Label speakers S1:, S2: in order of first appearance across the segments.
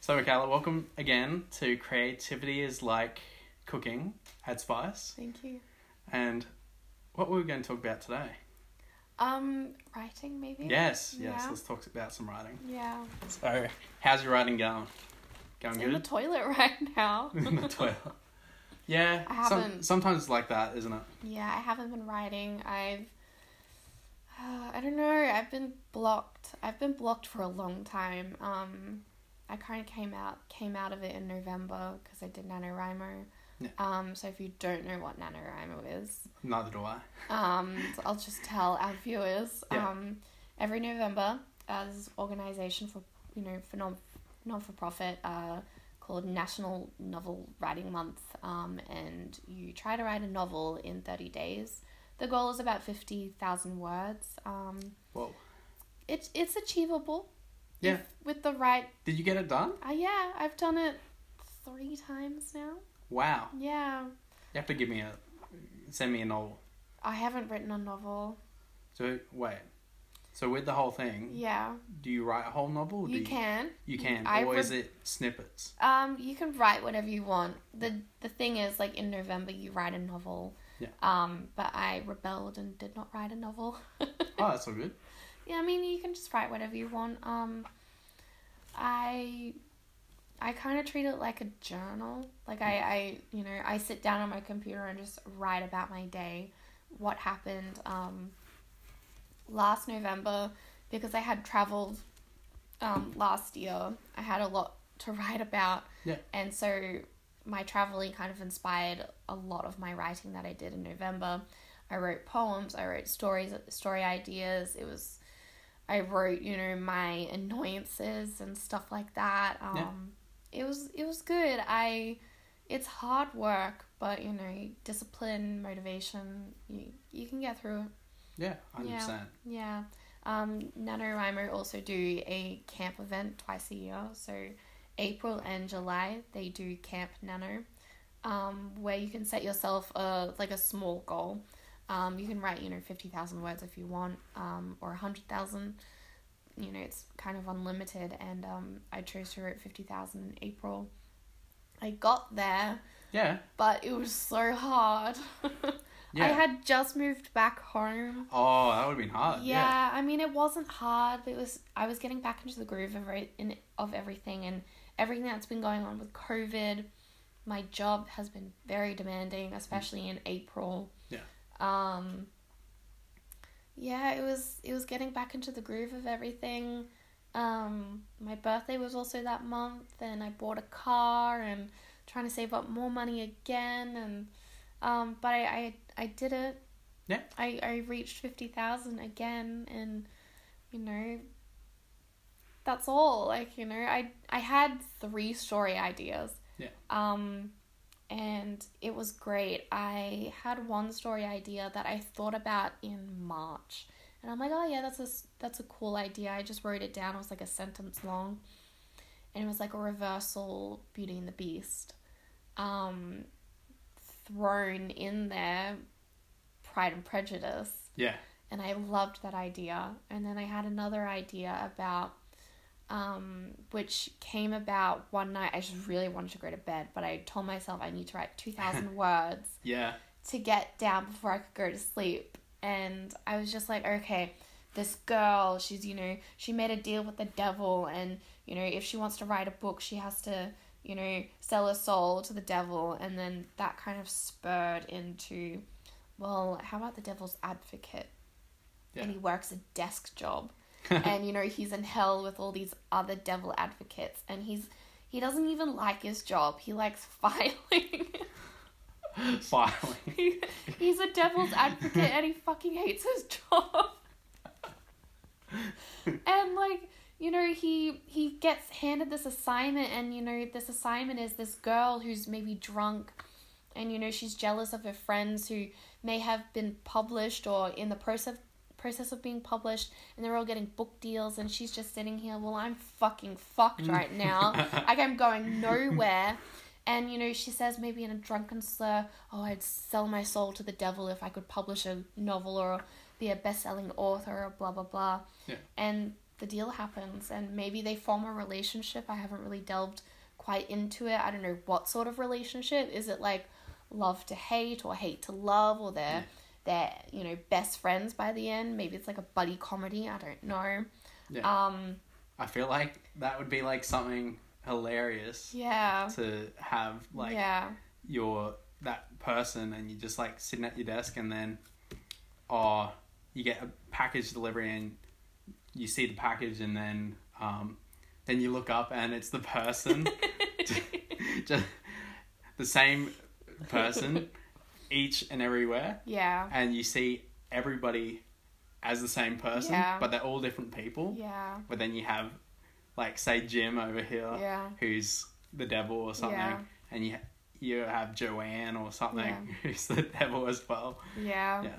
S1: So, Michaela, welcome again to Creativity is Like Cooking at Spice.
S2: Thank you.
S1: And what were we going to talk about today?
S2: Um, writing maybe.
S1: Yes, yes,
S2: Yeah.
S1: let's talk about some writing.
S2: Yeah.
S1: So, how's your writing going? Going
S2: In the
S1: good?
S2: toilet right now.
S1: In the toilet. Yeah,
S2: I
S1: some-
S2: haven't.
S1: sometimes it's like that, isn't it?
S2: yeah, I haven't been writing. I've. Uh, I don't know. I've been blocked. I've been blocked for a long time. Um, I kind of came out came out of it in November because I did NaNoWriMo.
S1: Yeah.
S2: Um, so if you don't know what NaNoWriMo is,
S1: Neither do I.
S2: Um, so I'll just tell our viewers.
S1: Yeah.
S2: Um, every November, uh, there's an organisation for you know for non non for profit uh, called National Novel Writing Month. Um, and you try to write a novel in thirty days. The goal is about fifty thousand words. Um,
S1: Whoa.
S2: it's it's achievable.
S1: Yeah.
S2: If- with the right,
S1: Did you get it done?
S2: uh, yeah, I've done it three times now.
S1: Wow.
S2: Yeah,
S1: You have to give me a. Send me a novel.
S2: I haven't written a novel.
S1: So, wait. So, with the whole thing,
S2: Yeah,
S1: do you write a whole novel? or do
S2: you can.
S1: You can,
S2: I
S1: or
S2: would-
S1: is it snippets?
S2: Um, you can write whatever you want. the The thing is, like in November, you write a novel.
S1: Yeah.
S2: Um, but I rebelled and did not write a novel.
S1: Oh, that's all good.
S2: yeah, I mean, you can just write whatever you want. Um, I, I kind of treat it like a journal. Like I, I, you know, I sit down on my computer and just write about my day, what happened. Um, last November, because I had traveled, um, last year, I had a lot to write about.
S1: Yeah.
S2: And so my traveling kind of inspired a lot of my writing that I did in November. I wrote poems, I wrote stories, story ideas. It was, I wrote, you know, my annoyances and stuff like that.
S1: Yeah.
S2: Um, it was, it was good. I, it's hard work, but you know, discipline, motivation, you, you can get through it.
S1: Yeah, hundred
S2: Yeah.
S1: percent.
S2: Yeah. Um, NaNoWriMo also do a camp event twice a year. So April and July, they do Camp Nano, um, where you can set yourself a, like a small goal. Um, you can write, you know, 50,000 words if you want, um, or 100,000. You know, it's kind of unlimited. And um, I chose to write 50,000 in April. I got there,
S1: Yeah,
S2: but it was so hard.
S1: yeah.
S2: I had just moved back home.
S1: oh, that would have been hard.
S2: Yeah,
S1: Yeah.
S2: I mean it wasn't hard, but it was I was getting back into the groove of right in of everything and everything that's been going on with COVID. My job has been very demanding, especially in April.
S1: Yeah.
S2: Um yeah, it was it was getting back into the groove of everything. Um my birthday was also that month and I bought a car and trying to save up more money again and um but I I, I did it.
S1: Yeah.
S2: I, I reached fifty thousand again and you know that's all. Like, you know, I I had three story ideas.
S1: Yeah.
S2: Um and it was great. I had one story idea that I thought about in March. And I'm like, "Oh yeah, that's a s- that's a cool idea." I just wrote it down. It was like a sentence long. And it was like a reversal Beauty and the Beast. Um thrown in there Pride and Prejudice
S1: Yeah.
S2: and I loved that idea. And then I had another idea about, um, which came about one night. I just really wanted to go to bed, but I told myself I need to write 2,000 words
S1: Yeah.
S2: to get down before I could go to sleep. And I was just like, okay, this girl, she's, you know, she made a deal with the devil, and, you know, if she wants to write a book, she has to, you know, sell her soul to the devil. And then that kind of spurred into, well, how about the devil's advocate?
S1: Yeah.
S2: And he works a desk job. and, you know, he's in hell with all these other devil advocates, and he's. He doesn't even like his job. He likes filing.
S1: Filing.
S2: He- he's a devil's advocate and he fucking hates his job. and like, you know, he he gets handed this assignment and you know, this assignment is this girl who's maybe drunk and you know, she's jealous of her friends who may have been published or in the process process of being published and they're all getting book deals and she's just sitting here, well, I'm fucking fucked right now. like I'm going nowhere. And you know, she says maybe in a drunken slur, "Oh, I'd sell my soul to the devil if I could publish a novel or be a best-selling author or blah blah blah."
S1: Yeah.
S2: And the deal happens and maybe they form a relationship. I haven't really delved quite into it. I don't know what sort of relationship. Is it like love to hate or hate to love or they're they're, you know, best friends by the end? Maybe it's like a buddy comedy, I don't know.
S1: Yeah.
S2: Um
S1: I feel like that would be like something hilarious
S2: yeah.
S1: to have like
S2: yeah.
S1: your that person and you're just like sitting at your desk and then oh you get a package delivery and you see the package and then um then you look up and it's the person just the same person each and everywhere
S2: yeah.
S1: and you see everybody as the same person
S2: Yeah.
S1: but they're all different people
S2: Yeah.
S1: but then you have like say Jim over here
S2: Yeah.
S1: who's the devil or something
S2: Yeah.
S1: and you you have Joanne or something
S2: Yeah.
S1: who's the devil as well.
S2: Yeah.
S1: Yeah.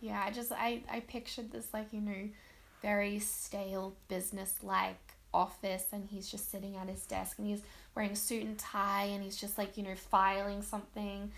S2: Yeah, I just I I pictured this like, you know, very stale business like office and he's just sitting at his desk and he's wearing a suit and tie and he's just like, you know, filing something.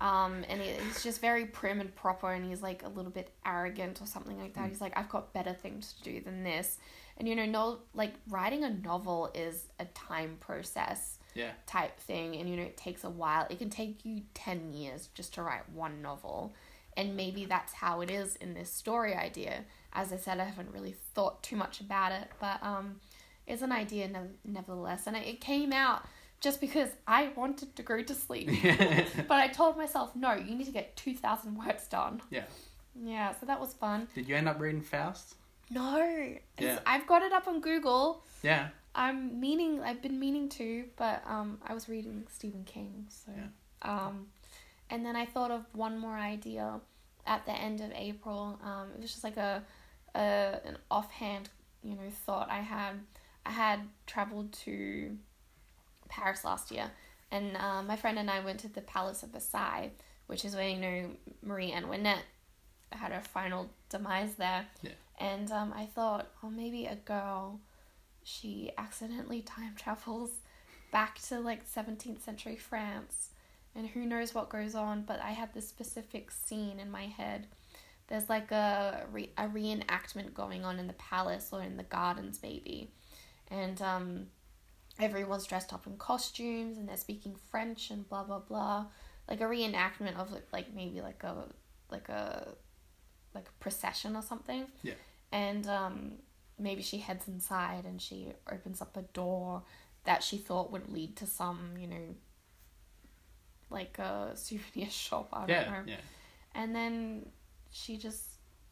S2: Um, and he- he's just very prim and proper and he's like a little bit arrogant or something like that. He's like, I've got better things to do than this. And you know, no like writing a novel is a time process
S1: Yeah.
S2: type thing and you know it takes a while it can take you 10 years just to write one novel and maybe that's how it is in this story idea as i said i haven't really thought too much about it but um it's an idea nev- nevertheless and it came out just because i wanted to go to sleep
S1: yeah.
S2: but i told myself no you need to get 2000 words done yeah so that was fun
S1: Did you end up reading Faust?
S2: no it's-
S1: Yeah.
S2: i've got it up on google
S1: Yeah.
S2: I'm meaning I've been meaning to, but um I was reading Stephen King, so
S1: Yeah.
S2: um and then I thought of one more idea at the end of April. Um it was just like a a an offhand, you know, thought I had. I had traveled to Paris last year and um, my friend and I went to the Palace of Versailles, which is where you know Marie Antoinette had her final demise there.
S1: Yeah.
S2: And um, I thought, oh, maybe a girl, she accidentally time travels back to like 17th century France, and who knows what goes on. But I had this specific scene in my head. There's like a re- a reenactment going on in the palace or in the gardens, maybe, and um, everyone's dressed up in costumes and they're speaking French and blah blah blah, like a reenactment of like, like maybe like a like a like a procession or something.
S1: Yeah.
S2: And um, maybe she heads inside and she opens up a door that she thought would lead to some you know like a souvenir shop. I don't know
S1: Yeah. Yeah.
S2: and then she just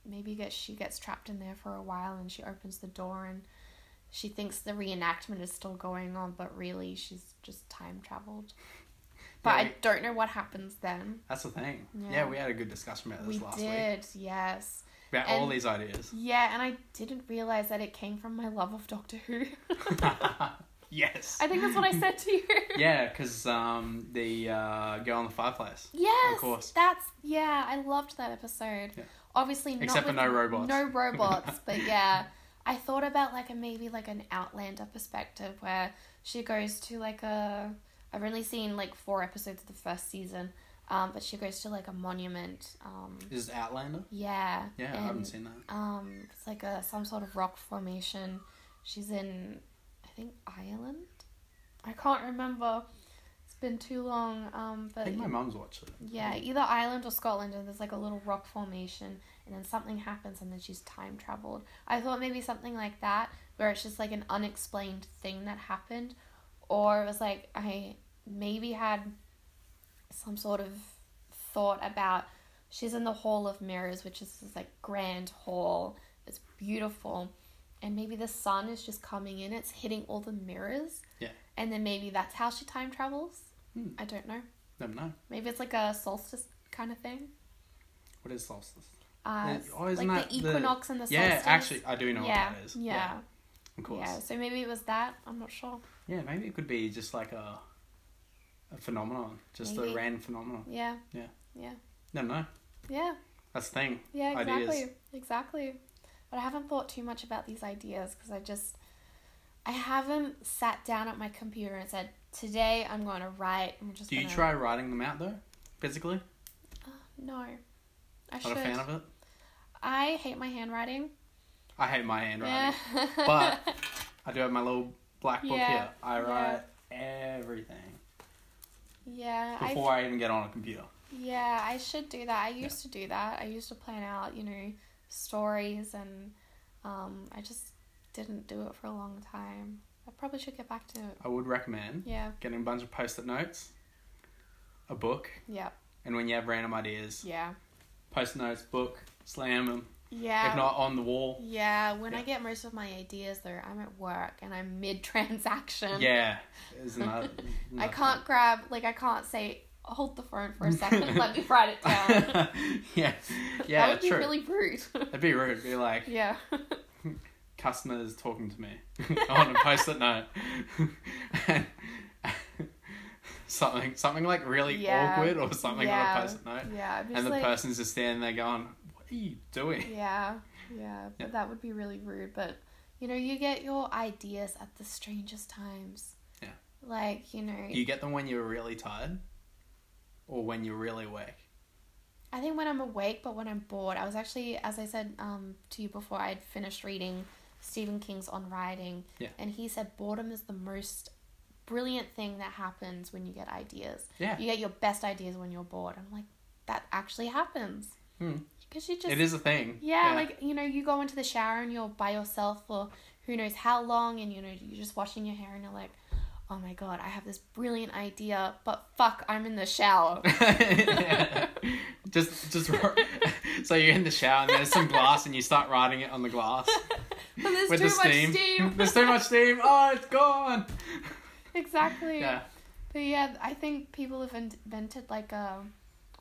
S2: maybe gets she gets trapped in there for a while and she opens the door and she thinks the reenactment is still going on but really she's just time traveled but
S1: Yeah,
S2: i
S1: we-
S2: don't know what happens then
S1: That's the thing.
S2: Yeah.
S1: Yeah. we had a good discussion about this
S2: we
S1: last week.
S2: did yes
S1: We had all
S2: And-
S1: these ideas.
S2: yeah and i didn't realize that it came from my love of doctor who
S1: yes.
S2: i think that's what i said to you
S1: Yeah, because um, the uh, girl on the fireplace.
S2: Yes,
S1: Of course.
S2: that's yeah. I loved that episode.
S1: Yeah.
S2: Obviously, not
S1: Except for
S2: with-
S1: no robots.
S2: No robots, but yeah, I thought about like a maybe like an Outlander perspective where she goes to like a. I've only seen like four episodes of the first season, um, but she goes to like a monument. Um,
S1: Is it Outlander?
S2: yeah.
S1: Yeah, I
S2: and,
S1: haven't seen that.
S2: Um, it's like a some sort of rock formation. She's in, I think Ireland. I can't remember. It's been too long. Um, but
S1: I think my mum's watched it.
S2: yeah, either Ireland or Scotland, and there's like a little rock formation, and then something happens, and then she's time traveled. I thought maybe something like that, where it's just like an unexplained thing that happened, or it was like I maybe had some sort of thought about she's in the Hall of Mirrors, which is this like grand hall. It's beautiful, and maybe the sun is just coming in. It's hitting all the mirrors.
S1: Yeah.
S2: And then maybe that's how she time travels.
S1: Hmm.
S2: I don't know.
S1: Never know.
S2: Maybe it's like a solstice kind of thing.
S1: What is solstice?
S2: Uh,
S1: Yeah, oh, isn't
S2: like the
S1: that the-
S2: equinox and the
S1: yeah,
S2: solstice.
S1: actually, I do know
S2: yeah,
S1: what that is.
S2: Yeah,
S1: Of course.
S2: yeah. So maybe it was that. I'm not sure.
S1: Yeah, maybe it could be just like a a phenomenon, just
S2: Maybe.
S1: a random phenomenon.
S2: Yeah.
S1: Yeah.
S2: Yeah.
S1: No, no,
S2: Yeah.
S1: that's the thing.
S2: Yeah. Exactly.
S1: Ideas.
S2: Exactly. But I haven't thought too much about these ideas because I just, I haven't sat down at my computer and said, "Today I'm going to write." I'm just.
S1: Do you
S2: gonna...
S1: try writing them out though, physically?
S2: No. I
S1: Not
S2: should.
S1: a fan of it.
S2: I hate my handwriting.
S1: I I hate my handwriting.
S2: Yeah.
S1: But- I do have my little black book
S2: Yeah,
S1: here. I
S2: yeah.
S1: write everything
S2: yeah, I
S1: before I even get on a computer.
S2: Yeah, I should do that. I used to do that. I used to plan out, you know, stories and um I just didn't do it for a long time. I probably should get back to it.
S1: I would recommend
S2: Yeah,
S1: getting a bunch of post-it notes, a book,
S2: yeah,
S1: and when you have random ideas,
S2: yeah.
S1: post-it notes, book, slam them.
S2: Yeah.
S1: If not on the wall,
S2: yeah, when I
S1: Yeah.
S2: get most of my ideas though, I'm at work and I'm mid transaction.
S1: yeah. Is another,
S2: I
S1: another
S2: can't grab like I can't say hold the phone for a second, let me write it down.
S1: thing. yeah, yeah,
S2: that would be
S1: true.
S2: really rude.
S1: It'd be rude. Be like,
S2: yeah.
S1: customers talking to me on a post-it note. And- something, something like really
S2: Yeah.
S1: awkward or something on
S2: Yeah.
S1: a post-it note,
S2: Yeah. I'm just
S1: and the
S2: like-
S1: person's just standing there going, "What are you doing?"
S2: Yeah, yeah, but
S1: Yeah.
S2: that would be really rude. But you know, you get your ideas at the strangest times.
S1: Yeah.
S2: Like you know,
S1: You get them when you're really tired, or when you're really awake.
S2: I think when I'm awake, but when I'm bored, I was actually, as I said um, to you before, I had finished reading Stephen King's On Writing,
S1: Yeah.
S2: and he said boredom is the most brilliant thing that happens when you get ideas.
S1: Yeah.
S2: You get your best ideas when you're bored. I'm like, that actually happens.
S1: Hmm.
S2: Because you just
S1: it is a thing.
S2: Yeah, like you know, you go into the shower and you're by yourself for who knows how long, and you know, you're just washing your hair and you're like, oh my god, I have this brilliant idea, but fuck, I'm in the shower.
S1: just, just so you're in the shower and there's some glass and you start writing it on the glass
S2: But there's
S1: with
S2: too
S1: the steam.
S2: much steam.
S1: there's too much steam. Oh, it's gone.
S2: exactly.
S1: Yeah.
S2: But yeah, I think people have in- invented like uh,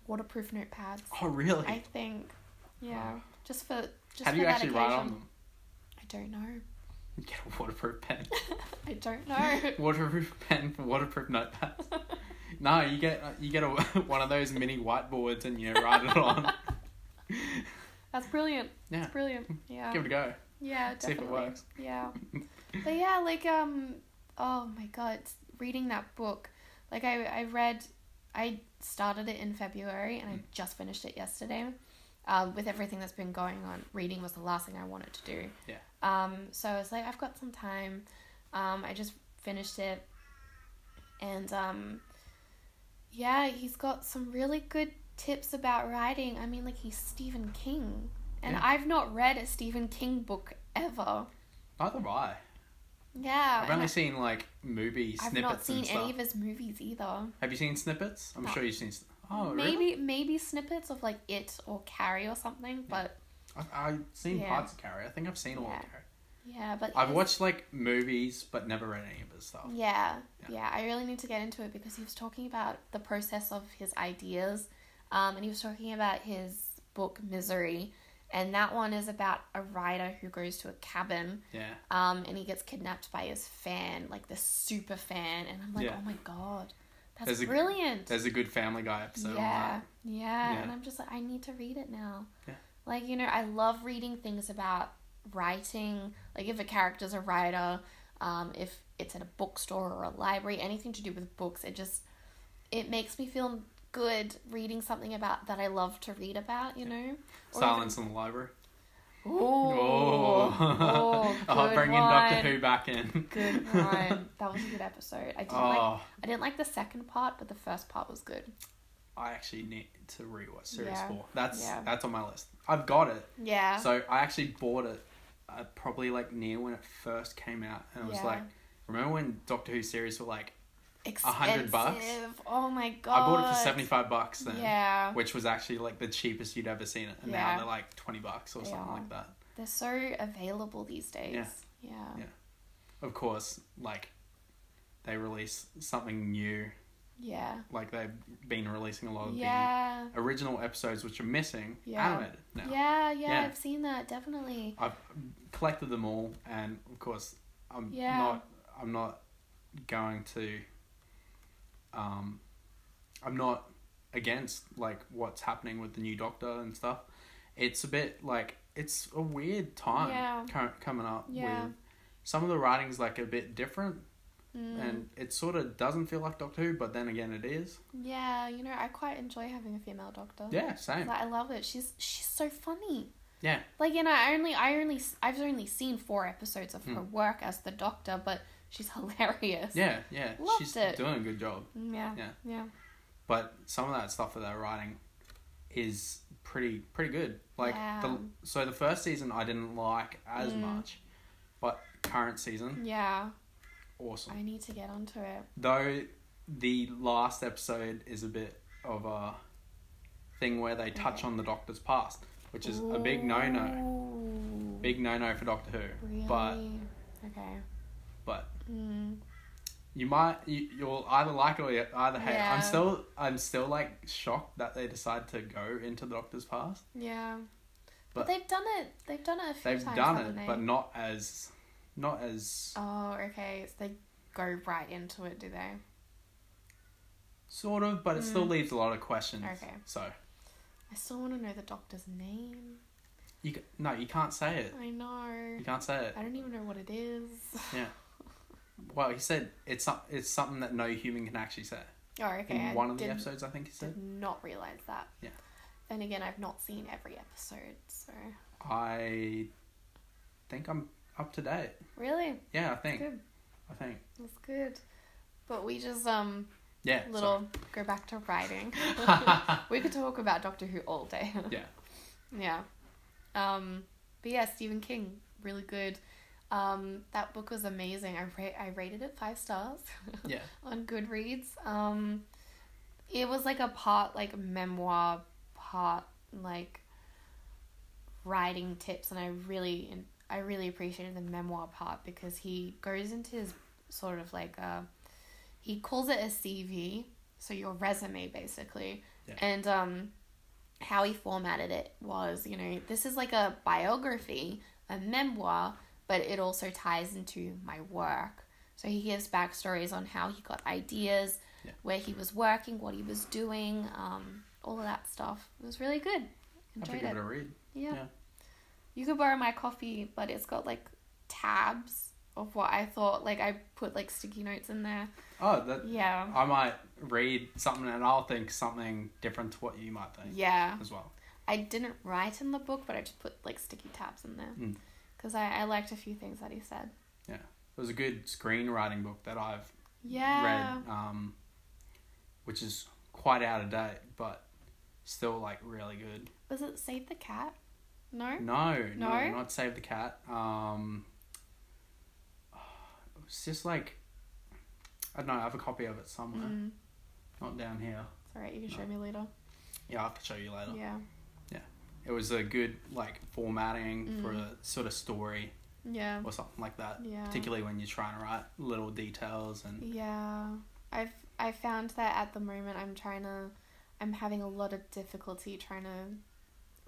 S2: waterproof notepads.
S1: Oh, really?
S2: I think, yeah,
S1: Wow.
S2: just for just
S1: How do
S2: for
S1: you
S2: that
S1: actually
S2: occasion.
S1: write on them?
S2: I don't know.
S1: Get a waterproof pen.
S2: I don't know.
S1: waterproof pen for waterproof notepads. No, you get uh, you get a, one of those mini whiteboards and you write it on.
S2: That's brilliant.
S1: Yeah. Hmm.
S2: That's brilliant. Yeah.
S1: Give it a go.
S2: Yeah,
S1: See if it
S2: definitely.
S1: works.
S2: Yeah. but yeah, like um oh my god, reading that book. Like I I read I started it in February and I
S1: Mm.
S2: just finished it yesterday. Um, with everything that's been going on, reading was the last thing I wanted to do.
S1: Yeah.
S2: Um, so I was like, I've got some time. Um, I just finished it, and um, yeah, he's got some really good tips about writing. I mean, like he's Stephen King, and
S1: Yeah.
S2: I've not read a Stephen King book ever.
S1: Neither have I.
S2: Yeah,
S1: I've
S2: Uh, and
S1: only
S2: I-
S1: seen like movie snippets
S2: I've not seen
S1: and stuff.
S2: any of his movies either.
S1: Have you seen snippets? I'm
S2: No.
S1: sure you've seen. s- Oh,
S2: maybe
S1: really?
S2: maybe snippets of like it or Carrie or something, but
S1: I, I've seen
S2: Yeah.
S1: parts of Carrie. I think I've seen all
S2: Yeah.
S1: of Carrie.
S2: yeah, but
S1: I've
S2: he's-
S1: watched like movies, but never read any of his stuff.
S2: Yeah,
S1: Yeah.
S2: yeah, I really need to get into it because he was talking about the process of his ideas, um, and he was talking about his book Misery, and that one is about a writer who goes to a cabin,
S1: Yeah,
S2: um, and he gets kidnapped by his fan, like this super fan, and I'm like,
S1: Yeah.
S2: oh my god, that's
S1: There's a-
S2: brilliant.
S1: there's a good Family Guy episode. on
S2: yeah,
S1: that.
S2: yeah,
S1: Yeah.
S2: and I'm just like, I need to read it now.
S1: Yeah.
S2: Like you know, I love reading things about writing. Like if a character's a writer, um, if it's at a bookstore or a library, anything to do with books, it just it makes me feel good reading something about that I love to read about. You know, Or
S1: Silence in the Library.
S2: even- Ooh,
S1: Oh,
S2: oh,
S1: oh
S2: good
S1: bringing
S2: one.
S1: Doctor Who back in.
S2: Good one. That was a good episode. I didn't like.
S1: oh,
S2: I didn't like the second part, but the first part was good.
S1: I actually need to rewatch Series
S2: Yeah.
S1: Four. That's
S2: Yeah.
S1: that's on my list. I've got it.
S2: Yeah.
S1: So I actually bought it uh, probably like near when it first came out, and I was
S2: Yeah.
S1: like, remember when Doctor Who series were like, 100
S2: expensive.
S1: bucks?
S2: Oh my god.
S1: I bought it for seventy five bucks then,
S2: Yeah.
S1: which was actually like the cheapest you'd ever seen it, and
S2: Yeah.
S1: now they're like twenty bucks or
S2: They
S1: something
S2: are.
S1: like that.
S2: They're so available these days.
S1: Yeah.
S2: Yeah.
S1: Yeah. Of course, like they release something new,
S2: Yeah.
S1: like they've been releasing a lot of
S2: Yeah.
S1: the original episodes which are missing
S2: Yeah.
S1: animated now.
S2: Yeah, yeah,
S1: Yeah.
S2: I've seen that definitely.
S1: I've collected them all, and of course, I'm
S2: Yeah.
S1: not. I'm not going to. Um, I'm not against like what's happening with the new Doctor and stuff. It's a bit like it's a weird time
S2: Yeah.
S1: cur- coming up
S2: Yeah.
S1: with some of the writing's like a bit different,
S2: Mm.
S1: and it sort of doesn't feel like Doctor Who, but then again, it is.
S2: yeah, you know, I quite enjoy having a female doctor.
S1: Yeah, same.
S2: Like, I love it. She's she's so funny.
S1: Yeah.
S2: Like you know, I only I only I've only seen four episodes of her work as the doctor, but she's hilarious.
S1: Hmm. Yeah, yeah.
S2: Loved
S1: She's
S2: it.
S1: doing a good job.
S2: Yeah.
S1: Yeah.
S2: Yeah.
S1: But some of that stuff that they're writing is pretty pretty good. Like
S2: Yeah.
S1: the so the first season I didn't like as
S2: Mm.
S1: much, but current season
S2: Yeah.
S1: awesome.
S2: I need to get onto it.
S1: Though the last episode is a bit of a thing where they touch on the Doctor's past, which is a big no no,
S2: Ooh.
S1: big no no for Doctor Who.
S2: Really?
S1: But
S2: okay.
S1: but
S2: Mm.
S1: you might you, you'll either like it or you either hate. it.
S2: Yeah.
S1: I'm still I'm still like shocked that they decide to go into the Doctor's past.
S2: Yeah.
S1: But-
S2: But, they've done it. They've done it a few
S1: They've
S2: times.
S1: done
S2: haven't
S1: it,
S2: they?
S1: but not as not as
S2: Oh, okay. So they go right into it, do they?
S1: sort of, but it still
S2: Mm.
S1: leaves a lot of questions.
S2: Okay.
S1: So
S2: I still want to know the doctor's name.
S1: you c- no you can't say it.
S2: I know.
S1: You can't say it.
S2: I don't even know what it is.
S1: Well, he said it's some- it's something that no human can actually say.
S2: Oh, okay.
S1: in
S2: I
S1: one of the
S2: did,
S1: episodes, I think he said.
S2: did not realize that.
S1: Yeah.
S2: Then again, I've not seen every episode, so
S1: I think I'm up to date.
S2: really
S1: Yeah, I think.
S2: good.
S1: I think.
S2: That's good. But we just um
S1: Yeah.
S2: little go back to writing.
S1: sorry.
S2: we could talk about Doctor Who all day.
S1: Yeah.
S2: Yeah. Um, but yeah, Stephen King, really good. Um, that book was amazing. I ra- I rated it five stars
S1: yeah.
S2: on Goodreads. Um, it was like a part like memoir, part like writing tips, and I really and I really appreciated the memoir part because he goes into his sort of like a, he calls it a CV, so your resume basically,
S1: Yeah.
S2: and um, how he formatted it was you know this is like a biography, a memoir, but it also ties into my work. So he gives backstories on how he got ideas,
S1: Yeah.
S2: where he was working, what he was doing, um, all of that stuff. It was really good.
S1: I
S2: Enjoyed
S1: think
S2: it.
S1: give it a read.
S2: Yeah.
S1: Yeah.
S2: You could borrow my coffee, but it's got like tabs of what I thought. Like I put like sticky notes in there.
S1: Oh, that
S2: Yeah.
S1: I might read something and I'll think something different to what you might think
S2: Yeah.
S1: as well.
S2: I didn't write in the book, but I just put like sticky tabs in there.
S1: Mm.
S2: Because I, I liked a few things that he said.
S1: It was a good screenwriting book that I've
S2: Yeah.
S1: read, um, which is quite out of date, but still like really good.
S2: Was it Save the Cat? No?
S1: No, no,
S2: No?
S1: not Save the Cat. Um, it was just like I don't know. I have a copy of it somewhere,
S2: Mm.
S1: not down here.
S2: It's alright, you can show
S1: No.
S2: me later.
S1: Yeah, I have to show you later.
S2: Yeah.
S1: It was a good like formatting for a
S2: Mm.
S1: sort of story
S2: Yeah.
S1: or something like that.
S2: Yeah.
S1: Particularly when you're trying to write little details and
S2: Yeah. I've I found that at the moment I'm trying to I'm having a lot of difficulty trying to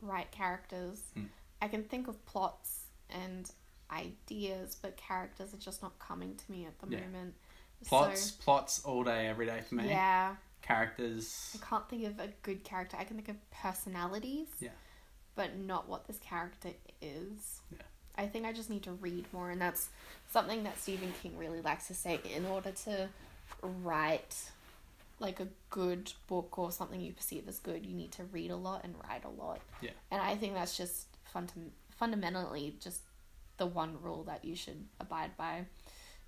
S2: write characters.
S1: Hmm.
S2: I can think of plots and ideas, but characters are just not coming to me at the
S1: Yeah.
S2: moment.
S1: plots, eh?
S2: So,
S1: plots all day, every day for me.
S2: yeah.
S1: Characters.
S2: I can't think of a good character. I can think of personalities.
S1: Yeah.
S2: But not what this character is.
S1: Yeah.
S2: I think I just need to read more, and that's something that Stephen King really likes to say. In order to write, like a good book or something you perceive as good, you need to read a lot and write a lot.
S1: Yeah.
S2: And I think that's just fundam- fundamentally just the one rule that you should abide by.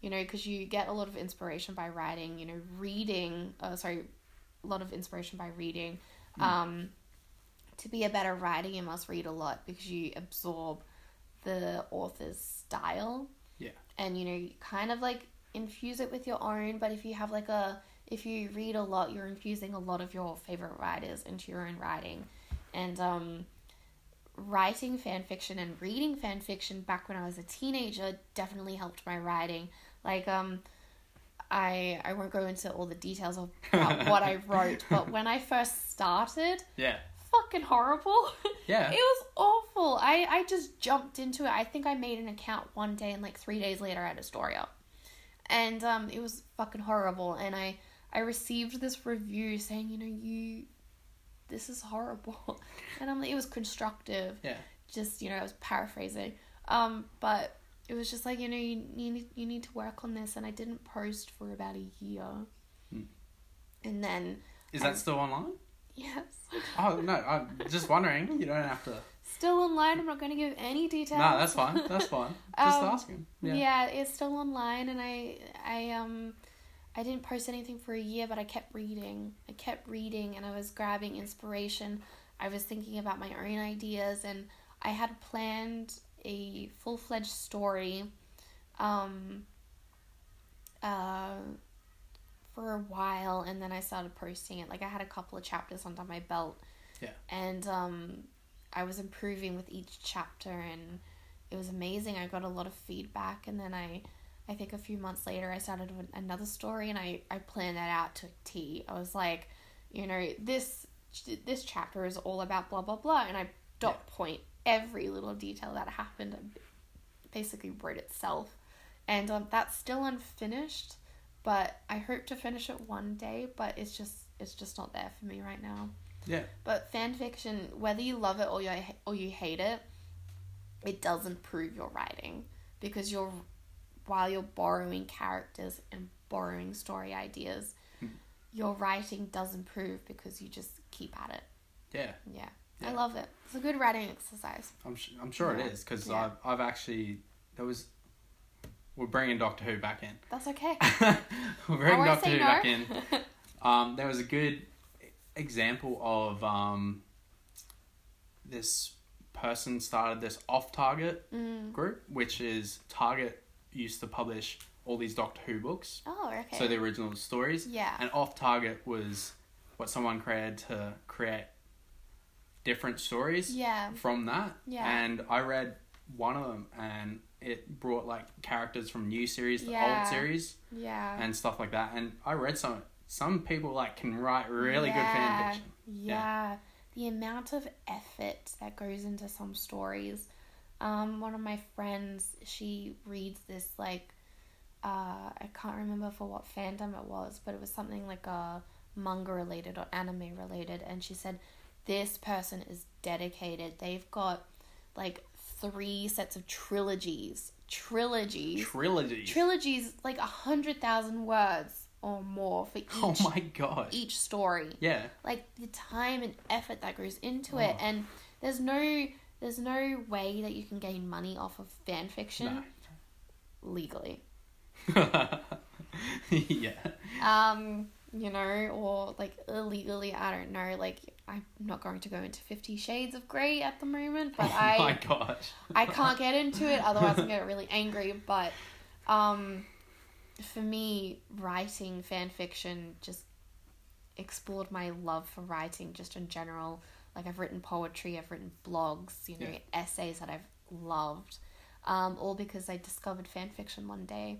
S2: You know, because you get a lot of inspiration by writing. You know, reading. Uh, sorry, a lot of inspiration by reading. Um, to be a better writer, you must read a lot because you absorb the author's style.
S1: Yeah.
S2: And you know, you kind of like infuse it with your own. But if you have like a, if you read a lot, you're infusing a lot of your favorite writers into your own writing, and um, writing fan fiction and reading fan fiction back when I was a teenager definitely helped my writing. Like um, I I won't go into all the details of about what I wrote, but when I first started,
S1: Yeah.
S2: fucking horrible.
S1: Yeah.
S2: it was awful. I I just jumped into it. I think I made an account one day, and like three days later, I had a story up, and um, it was fucking horrible. And I I received this review saying, you know, you, this is horrible, and I'm like, it was constructive
S1: Yeah.
S2: just you know I was paraphrasing, um, but it was just like you know you need you need to work on this, and I didn't post for about a year,
S1: Hmm.
S2: and then
S1: Is
S2: I-
S1: that still online?
S2: yes,
S1: Oh no, I'm just wondering. You don't have to.
S2: Still online. I'm not going to give any details.
S1: No, that's fine. That's fine. Just
S2: Um,
S1: asking.
S2: Yeah.
S1: Yeah.
S2: it's still online, and I, I um, I didn't post anything for a year, but I kept reading. I kept reading, and I was grabbing inspiration. I was thinking about my own ideas, and I had planned a full fledged story, um, uh, for a while, and then I started posting it. Like I had a couple of chapters under my belt.
S1: Yeah.
S2: And um, I was improving with each chapter, and it was amazing. I got a lot of feedback, and then I, I think a few months later, I started with another story, and I I planned that out to a T. I was like, you know, this this chapter is all about blah blah blah, and I dot point every little detail that happened. I basically wrote itself, and um, that's still unfinished, but I hope to finish it one day. But it's just it's just not there for me right now.
S1: Yeah.
S2: But fan fiction, whether you love it or you or you hate it, it does improve your writing because you're while you're borrowing characters and borrowing story ideas,
S1: Hmm.
S2: your writing does improve because you just keep at it.
S1: Yeah.
S2: Yeah. I
S1: Yeah.
S2: love it. It's a good writing exercise.
S1: I'm su- I'm sure
S2: Yeah.
S1: it is because
S2: Yeah.
S1: I've I've actually there was we're bringing Doctor Who back in.
S2: That's okay.
S1: we're
S2: Oh, I
S1: bringing
S2: won't
S1: Doctor
S2: say
S1: Who
S2: no.
S1: back in. Um, there was a good example of um, this person started this off-target
S2: Mm.
S1: group, which is Target used to publish all these Doctor Who books,
S2: Oh, okay.
S1: so the original stories.
S2: Yeah.
S1: And off-target was what someone created to create different stories
S2: yeah.
S1: from that.
S2: Yeah.
S1: And I read one of them and it brought like characters from new series to
S2: Yeah.
S1: old series
S2: Yeah.
S1: and stuff like that. And I read some some people like can write really
S2: Yeah,
S1: good fan fiction.
S2: Yeah. The amount of effort that goes into some stories. Um, one of my friends, she reads this like uh I can't remember for what fandom it was, but it was something like a manga related or anime related and she said this person is dedicated. They've got like three sets of trilogies. Trilogies.
S1: Trilogy.
S2: trilogies like a hundred thousand words or more for each
S1: oh my gosh.
S2: each story
S1: Yeah.
S2: like the time and effort that goes into it
S1: Oh.
S2: and there's no there's no way that you can gain money off of fan fiction
S1: No.
S2: legally
S1: yeah.
S2: um you know or like illegally i don't know like i'm not going to go into 50 shades of gray at the moment but
S1: oh
S2: i um,
S1: my gosh.
S2: I can't get into it, otherwise I'm get really angry. But um, for me, writing fan fiction just explored my love for writing just in general. Like I've written poetry, I've written blogs, you know,
S1: Yeah.
S2: essays that I've loved. Um, all because I discovered fan fiction one day.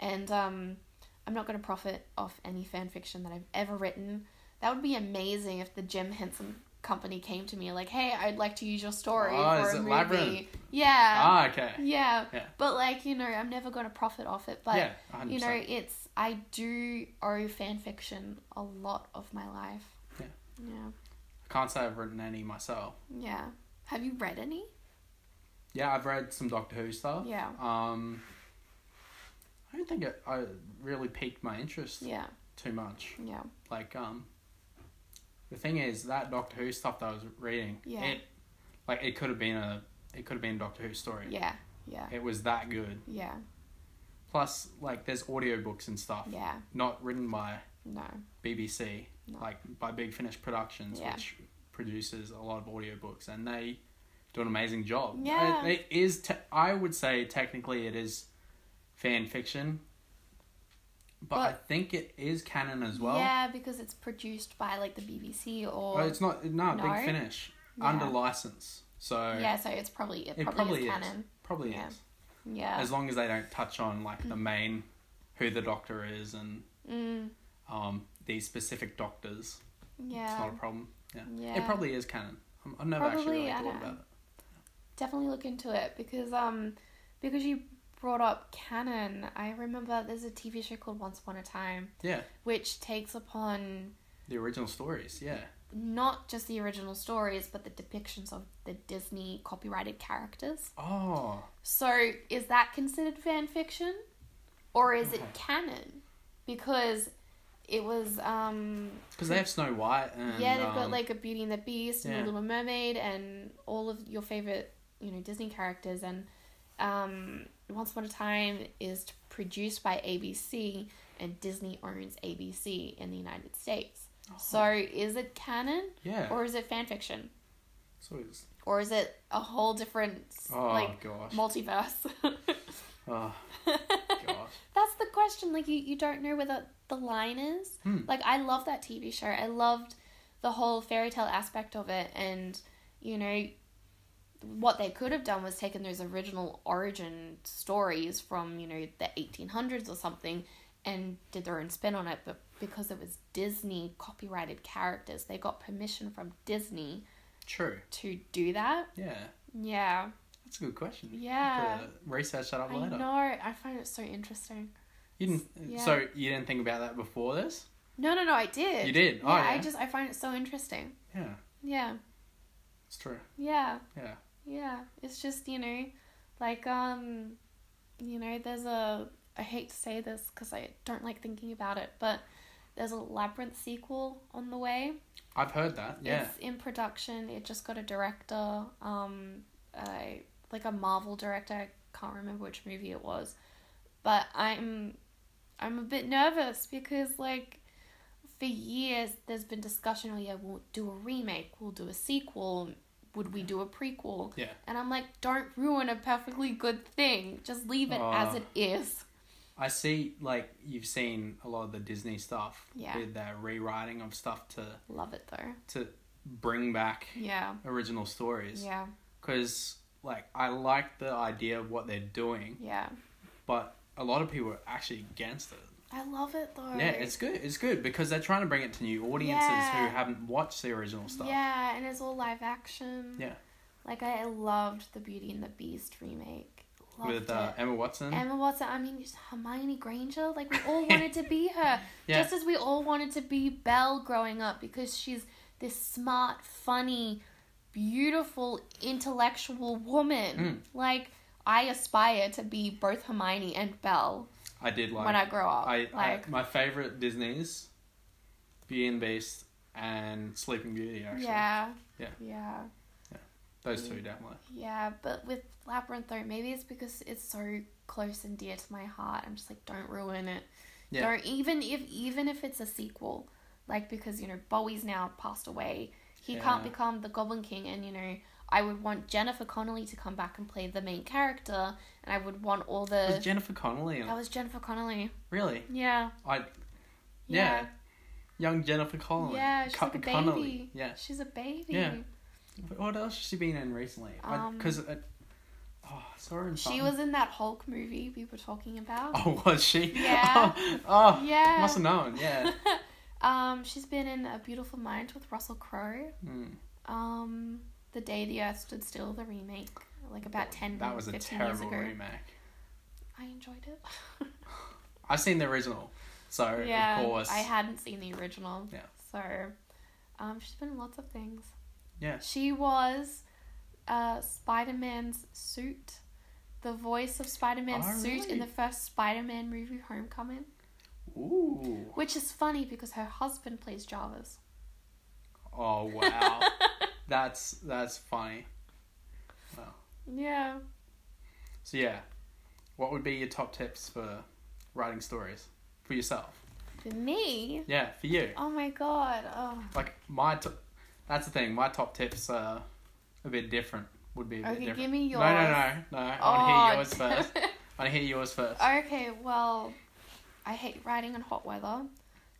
S2: And um, I'm not gonna profit off any fan fiction that I've ever written. That would be amazing if the Jim Henson company came to me like, hey, I'd like to use your story
S1: Oh,
S2: for
S1: is
S2: a
S1: it
S2: movie.
S1: Labyrinth?
S2: Yeah.
S1: ah, okay.
S2: yeah.
S1: Yeah.
S2: But like, you know, I'm never gonna profit off it. But
S1: yeah. 100%.
S2: you know, it's I do owe fan fiction a lot of my life.
S1: Yeah.
S2: Yeah.
S1: I can't say I've written any myself.
S2: Yeah. Have you read any?
S1: Yeah, I've read some Doctor Who stuff.
S2: Yeah.
S1: Um, I don't think it, I really piqued my interest
S2: Yeah.
S1: too much.
S2: Yeah.
S1: Like, um, the thing is that Doctor Who stuff that I was reading,
S2: Yeah.
S1: it, like, it could have been a, it could have been a Doctor Who story.
S2: Yeah. Yeah.
S1: It was that good.
S2: Yeah.
S1: Plus, like, there's audiobooks and stuff,
S2: Yeah.
S1: not written by
S2: No.
S1: BBC,
S2: No.
S1: like by Big Finish Productions,
S2: Yeah.
S1: which produces a lot of audiobooks, and they do an amazing job.
S2: Yeah.
S1: it, it is. Te- I would say technically it is fan fiction, but, I
S2: But-
S1: think it is canon as well.
S2: Yeah, because it's produced by like the BBC
S1: Oh,
S2: or
S1: it's not no,
S2: No?
S1: Big Finish
S2: Yeah.
S1: under license, so
S2: Yeah, so it's probably it,
S1: it
S2: probably,
S1: probably
S2: is
S1: is.
S2: canon.
S1: Probably
S2: Yeah.
S1: is
S2: Yeah.
S1: as long as they don't touch on like the main who the Doctor is and
S2: mm,
S1: um these specific doctors. It's
S2: yeah.
S1: not a problem. Yeah.
S2: Yeah.
S1: It probably is canon. I'm, I've never
S2: Probably,
S1: actually really
S2: I
S1: thought
S2: don't
S1: about it.
S2: definitely look into it because um because you brought up canon i remember there's a tv show called once upon a time
S1: Yeah,
S2: which takes upon
S1: the original stories. Yeah,
S2: not just the original stories but the depictions of the disney copyrighted characters
S1: Oh,
S2: so is that considered fan fiction or is it
S1: Okay.
S2: canon because it was um
S1: Because they have Snow White and
S2: yeah they've got
S1: um,
S2: like a Beauty and the Beast and
S1: yeah.
S2: the Little Mermaid and all of your favorite you know Disney characters and um Once Upon a Time is t- produced by ABC and Disney owns ABC in the United States. So is it canon
S1: oh, yeah.
S2: or is it fan fiction
S1: so it's,
S2: or is it a whole different
S1: oh
S2: like
S1: gosh.
S2: multiverse?
S1: oh gosh.
S2: That's the question. Like you, you don't know where the, the line is.
S1: Hmm.
S2: Like I love that TV show. I loved the whole fairy tale aspect of it, and you know what they could have done was taken those original origin stories from you know the eighteen hundreds or something, and did their own spin on it. But because it was Disney copyrighted characters, they got permission from Disney
S1: True.
S2: to do that.
S1: Yeah.
S2: Yeah,
S1: That's a good question.
S2: Yeah.
S1: Have to research that up
S2: I
S1: later.
S2: know. I find it so interesting.
S1: You didn't.
S2: Yeah.
S1: So you didn't think about that before this?
S2: No, no, no. I did.
S1: You did?
S2: Yeah,
S1: Oh,
S2: I
S1: yeah.
S2: just I find it so interesting.
S1: Yeah.
S2: Yeah,
S1: It's true.
S2: yeah,
S1: Yeah.
S2: yeah. It's just you know, like um, you know, there's a I hate to say this because I don't like thinking about it, but there's a labyrinth sequel on the way.
S1: I've heard that. Yeah.
S2: It's in production. It just got a director, um, I like a Marvel director. I can't remember which movie it was, but I'm, I'm a bit nervous because like, for years there's been discussion. Oh yeah, we'll do a remake. We'll do a sequel. Would we do a prequel?
S1: Yeah.
S2: And I'm like, don't ruin a perfectly good thing. Just leave it as
S1: Aw.
S2: it is.
S1: I see. Like you've seen a lot of the Disney stuff.
S2: Yeah.
S1: With their rewriting of stuff to
S2: Love it though.
S1: to bring back
S2: Yeah.
S1: original stories.
S2: Yeah.
S1: Because like I like the idea of what they're doing,
S2: Yeah.
S1: but a lot of people are actually against it.
S2: I love it though.
S1: Yeah, it's good. It's good because they're trying to bring it to new audiences
S2: Yeah.
S1: who haven't watched the original stuff.
S2: Yeah, and it's all live action.
S1: Yeah.
S2: Like I loved the Beauty and the Beast remake. Loved
S1: With uh,
S2: it.
S1: Emma Watson.
S2: Emma Watson. I mean, just Hermione Granger. Like we all wanted to be her,
S1: Yeah.
S2: just as we all wanted to be Belle growing up because she's this smart, funny, beautiful, intellectual woman.
S1: Mm.
S2: Like I aspire to be both Hermione and Belle
S1: I did like.
S2: when I grow up.
S1: I,
S2: like
S1: I my favorite Disney's Beauty and the Beast and Sleeping Beauty actually.
S2: yeah,
S1: Yeah.
S2: yeah.
S1: Those two definitely.
S2: Yeah, but with Labyrinth though, maybe it's because it's so close and dear to my heart. I'm just like, don't ruin it.
S1: Yeah.
S2: Don't even if even if it's a sequel, like because you know Bowie's now passed away, he can't
S1: Yeah.
S2: become the Goblin King, and you know I would want Jennifer Connelly to come back and play the main character, and I would want all the
S1: Was Jennifer Connelly in
S2: that
S1: it?
S2: was Jennifer Connelly.
S1: Really?
S2: Yeah,
S1: I yeah. Young Jennifer Connelly.
S2: yeah. She's
S1: Co-
S2: like a baby.
S1: Connelly. Yeah.
S2: she's a baby.
S1: Yeah. What else has she been in recently?
S2: Um,
S1: Because I, oh, I saw her in
S2: She
S1: something.
S2: was in that Hulk movie we were talking about.
S1: Oh, was she?
S2: Yeah.
S1: oh,
S2: Yeah.
S1: Must have known. Yeah.
S2: Um, she's been in A Beautiful Mind with Russell Crowe.
S1: Mm.
S2: Um, The Day the Earth Stood Still, the remake, like about ten,
S1: That was a
S2: 15 years
S1: terrible
S2: ago.
S1: remake.
S2: I enjoyed it.
S1: I've seen the original, so
S2: yeah,
S1: of course.
S2: I hadn't seen the original.
S1: Yeah.
S2: So, um, she's been in lots of things.
S1: Yeah.
S2: She was, uh, Spider Man's suit, the voice of Spider Man's
S1: Oh,
S2: suit
S1: really?
S2: in the first Spider Man movie, Homecoming,
S1: Ooh.
S2: which is funny because her husband plays Jarvis.
S1: Oh wow. that's that's funny.
S2: Yeah.
S1: So yeah, what would be your top tips for writing stories for yourself?
S2: For me,
S1: Yeah, for you.
S2: oh my god, oh.
S1: Like my, t- that's the thing. My top tips are a bit different. Would be a bit
S2: Okay,
S1: different.
S2: give me
S1: No, no,
S2: yours.
S1: no, no. I want to hear
S2: Oh,
S1: yours first. I want to hear yours first.
S2: Okay, well, I hate riding in hot weather,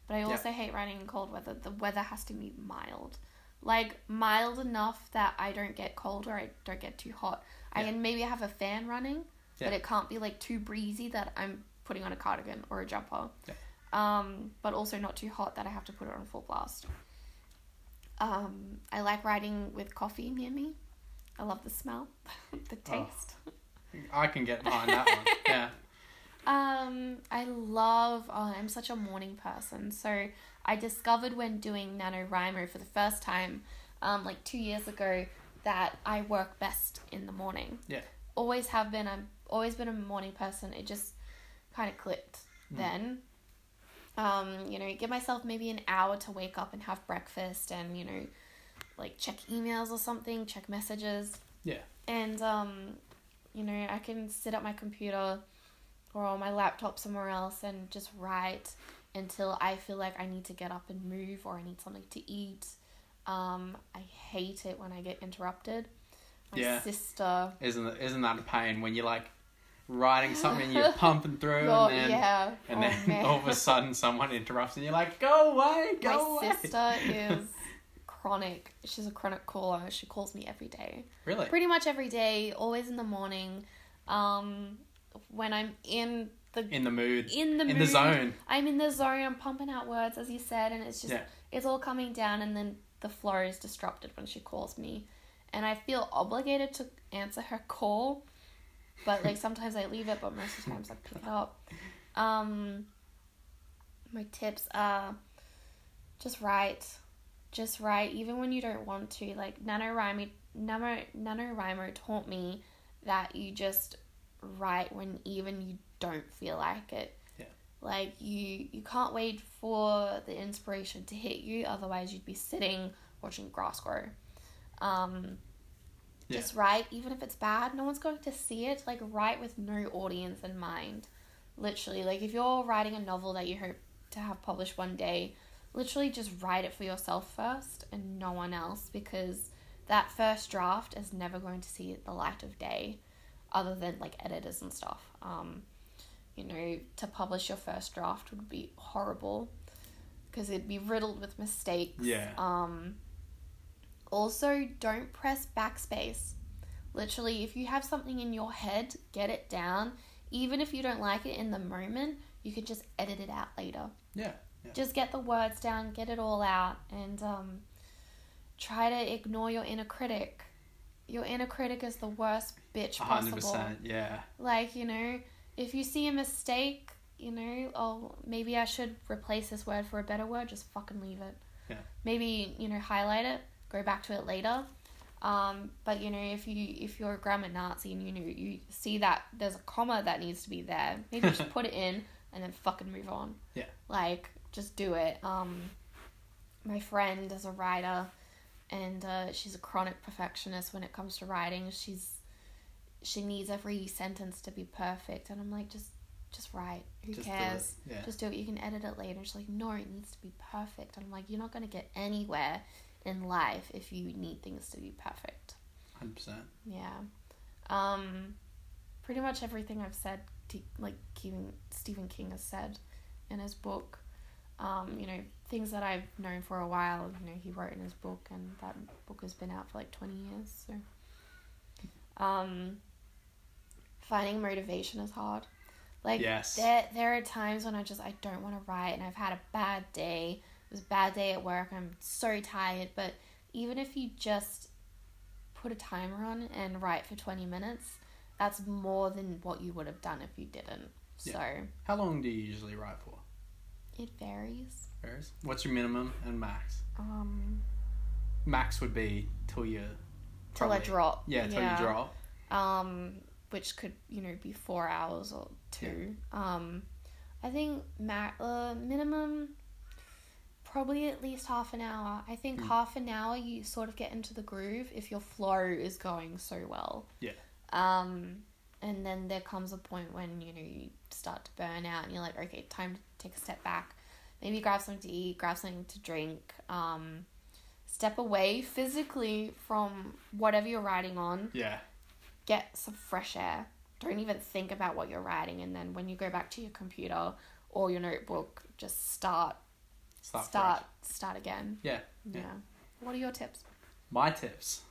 S2: but I also hate riding in cold weather. The weather has to be mild. Like, mild enough that I don't get cold or I don't get too hot. I
S1: Yeah.
S2: can maybe have a fan running, but
S1: Yeah.
S2: it can't be like too breezy that I'm putting on a cardigan or a jumper.
S1: Yeah.
S2: Um, but also not too hot that I have to put it on full blast. Um, I like riding with coffee near me. I love the smell, the
S1: Oh.
S2: taste.
S1: I can get behind that one. Yeah.
S2: Um, I love. Oh, I'm such a morning person. So I discovered when doing NaNoWriMo for the first time, um, like two years ago, that I work best in the morning.
S1: Yeah.
S2: Always have
S1: Hmm.
S2: been. I'm always been a morning person. It just kind of clicked then. um, you know, give myself maybe an hour to wake up and have breakfast and, you know, like check emails or something, check messages.
S1: Yeah.
S2: And, um, you know, I can sit at my computer or on my laptop somewhere else and just write until I feel like I need to get up and move or I need something to eat. Um, I hate it when I get interrupted. My
S1: Yeah.
S2: sister.
S1: Isn't isn't that a pain when you're like writing something and you're pumping through
S2: Oh,
S1: and then
S2: yeah.
S1: and
S2: oh,
S1: then
S2: man.
S1: all of a sudden someone interrupts and you're like, go away, go
S2: my
S1: away.
S2: sister is chronic. She's a chronic caller. She calls me every day.
S1: really
S2: Pretty much every day, always in the morning. Um, when I'm in the
S1: in the mood,
S2: in the
S1: in the
S2: mood,
S1: zone.
S2: I'm in the zone. I'm pumping out words, as you said, and it's just
S1: Yeah.
S2: it's all coming down, and then the flow is disrupted when she calls me, and I feel obligated to answer her call, but like sometimes I leave it, but most of the times I pick it up. Um, my tips are just write, just write, even when you don't want to. Like NaNoWriMo, Nano, NaNoWriMo taught me that you just write when even you don't feel like it like you you can't wait for the inspiration to hit you otherwise you'd be sitting watching grass grow um
S1: Yeah.
S2: just write even if it's bad no one's going to see it like write with no audience in mind literally like if you're writing a novel that you hope to have published one day literally just write it for yourself first and no one else because that first draft is never going to see the light of day other than like editors and stuff um you know, to publish your first draft would be horrible because it'd be riddled with mistakes.
S1: Yeah.
S2: Um also don't press backspace. Literally, if you have something in your head, get it down. Even if you don't like it in the moment, you can just edit it out later.
S1: Yeah, yeah.
S2: Just get the words down, get it all out and um try to ignore your inner critic. Your inner critic is the worst bitch
S1: hundred
S2: possible.
S1: percent. Yeah,
S2: Like, you know, if you see a mistake, you know, oh, maybe I should replace this word for a better word, just fucking leave it.
S1: Yeah.
S2: Maybe, you know, highlight it, go back to it later. Um, but you know, if you if you're a grammar Nazi and you know you see that there's a comma that needs to be there, maybe just put it in and then fucking move on.
S1: Yeah.
S2: Like, just do it. Um my friend is a writer and uh, she's a chronic perfectionist when it comes to writing. She's she needs every sentence to be perfect and I'm like just just write. Who
S1: just do it.
S2: cares?
S1: Yeah,
S2: Just do it. You can edit it later. And she's like, no, it needs to be perfect. And I'm like, you're not going to get anywhere in life if you need things to be perfect.
S1: hundred percent.
S2: Yeah. Um, pretty much everything I've said, t- like Stephen, Stephen King has said in his book, um, you know, things that I've known for a while, you know, he wrote in his book, and that book has been out for like 20 years. So, um, finding motivation is hard. Like,
S1: Yes.
S2: there, there are times when I just I don't want to write, and I've had a bad day. It was a bad day at work. I'm so tired. But even if you just put a timer on and write for 20 minutes, that's more than what you would have done if you didn't. So
S1: How long do you usually write for?
S2: it varies.
S1: Paris? What's your minimum and max?
S2: Um,
S1: Max would be till you.
S2: till I
S1: probably-
S2: drop.
S1: Yeah, till you drop.
S2: um, which could you know be four hours or two. Um, I think ma- uh, minimum probably at least half an hour. I think
S1: Mm.
S2: half an hour you sort of get into the groove if your flow is going so well.
S1: Yeah.
S2: Um, and then there comes a point when you know you start to burn out and you're like, okay, time to take a step back. Maybe grab something to eat, grab something to drink. Um, step away physically from whatever you're riding on
S1: Yeah,
S2: get some fresh air. Don't even think about what you're writing, and then when you go back to your computer or your notebook, just start,
S1: start.
S2: start,
S1: fresh.
S2: start, again.
S1: Yeah,
S2: Yeah. What are your tips?
S1: my tips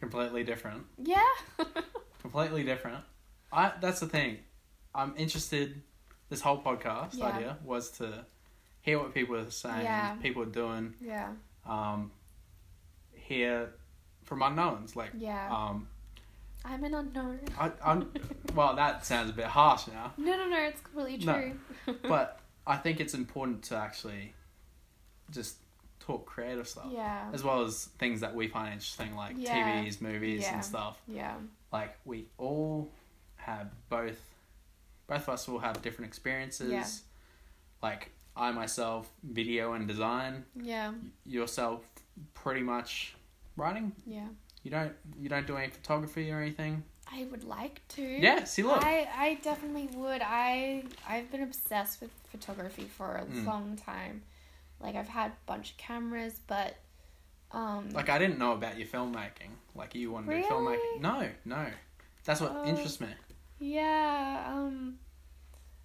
S1: completely different.
S2: Yeah.
S1: completely different. I that's the thing. I'm interested. This whole podcast
S2: Yeah.
S1: idea was to hear what people are saying,
S2: Yeah.
S1: people are doing,
S2: yeah.
S1: um, hear from unknowns. Like,
S2: Yeah.
S1: um,
S2: I'm an unknown.
S1: I, I'm, well, that sounds a bit harsh now,
S2: No, no, no. It's completely
S1: No.
S2: true.
S1: but I think it's important to actually just talk creative stuff,
S2: yeah.
S1: as well as things that we find interesting, like
S2: Yeah.
S1: TVs, movies,
S2: Yeah.
S1: and stuff.
S2: Yeah.
S1: like we all have both both of us will have different experiences
S2: Yeah.
S1: like I myself video and design.
S2: Yeah.
S1: Yourself pretty much writing.
S2: Yeah.
S1: You don't you don't do any photography or anything.
S2: I would like to.
S1: Yeah, see look.
S2: I, I definitely would. I I've been obsessed with photography for a
S1: Mm.
S2: long time. Like I've had a bunch of cameras, but um
S1: Like I didn't know about your filmmaking. Like you wanted to do
S2: Really?
S1: filmmaking. No, no. That's what
S2: Oh.
S1: interests me.
S2: yeah, um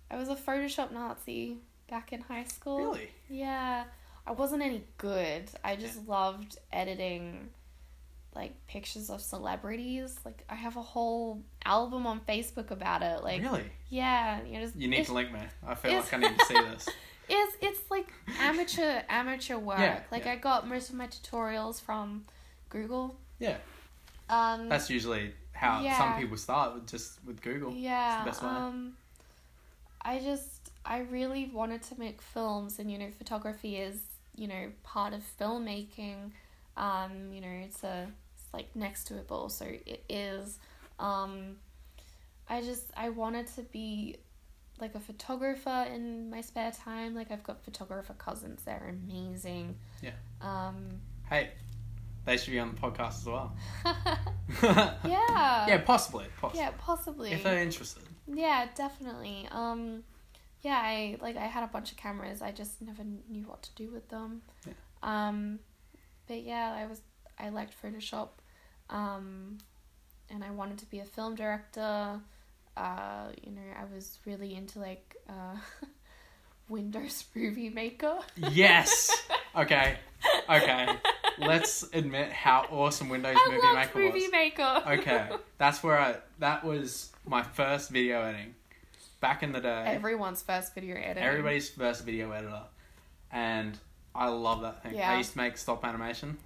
S2: I was a Photoshop Nazi back in high school.
S1: Really?
S2: Yeah. I wasn't any good. I just loved editing like pictures of celebrities. Like I have a whole album on Facebook about it. Like
S1: really?
S2: yeah, you know, just
S1: You need
S2: it's-
S1: to link me. I feel
S2: it's-
S1: like I need to see this.
S2: It's it's like amateur amateur work.
S1: Yeah,
S2: like
S1: yeah.
S2: I got most of my tutorials from Google.
S1: Yeah.
S2: Um
S1: That's usually how
S2: Yeah.
S1: some people start with just with Google.
S2: yeah.
S1: it's the best way.
S2: um I just I really wanted to make films and you know photography is, you know, part of filmmaking. Um, you know, it's a it's like next to it but also it is um I just I wanted to be like a photographer in my spare time. Like I've got photographer cousins. They're amazing.
S1: Yeah.
S2: Um
S1: Hey, they should be on the podcast as well.
S2: yeah.
S1: Yeah, possibly. Possibly.
S2: Yeah, possibly.
S1: If they're interested.
S2: Yeah, definitely. Um yeah, I like I had a bunch of cameras. I just never knew what to do with them.
S1: Yeah.
S2: Um but yeah, I was I liked Photoshop. Um and I wanted to be a film director. Uh you know, I was really into like uh Windows Movie Maker.
S1: Yes. Okay. Okay. Let's admit how awesome Windows Movie
S2: I loved
S1: Maker
S2: Movie
S1: was.
S2: Maker.
S1: Okay. That's where I that was my first video editing. Back in the day.
S2: Everyone's first video editing.
S1: Everybody's first video editor. And I love that thing.
S2: Yeah.
S1: I used to make stop animation.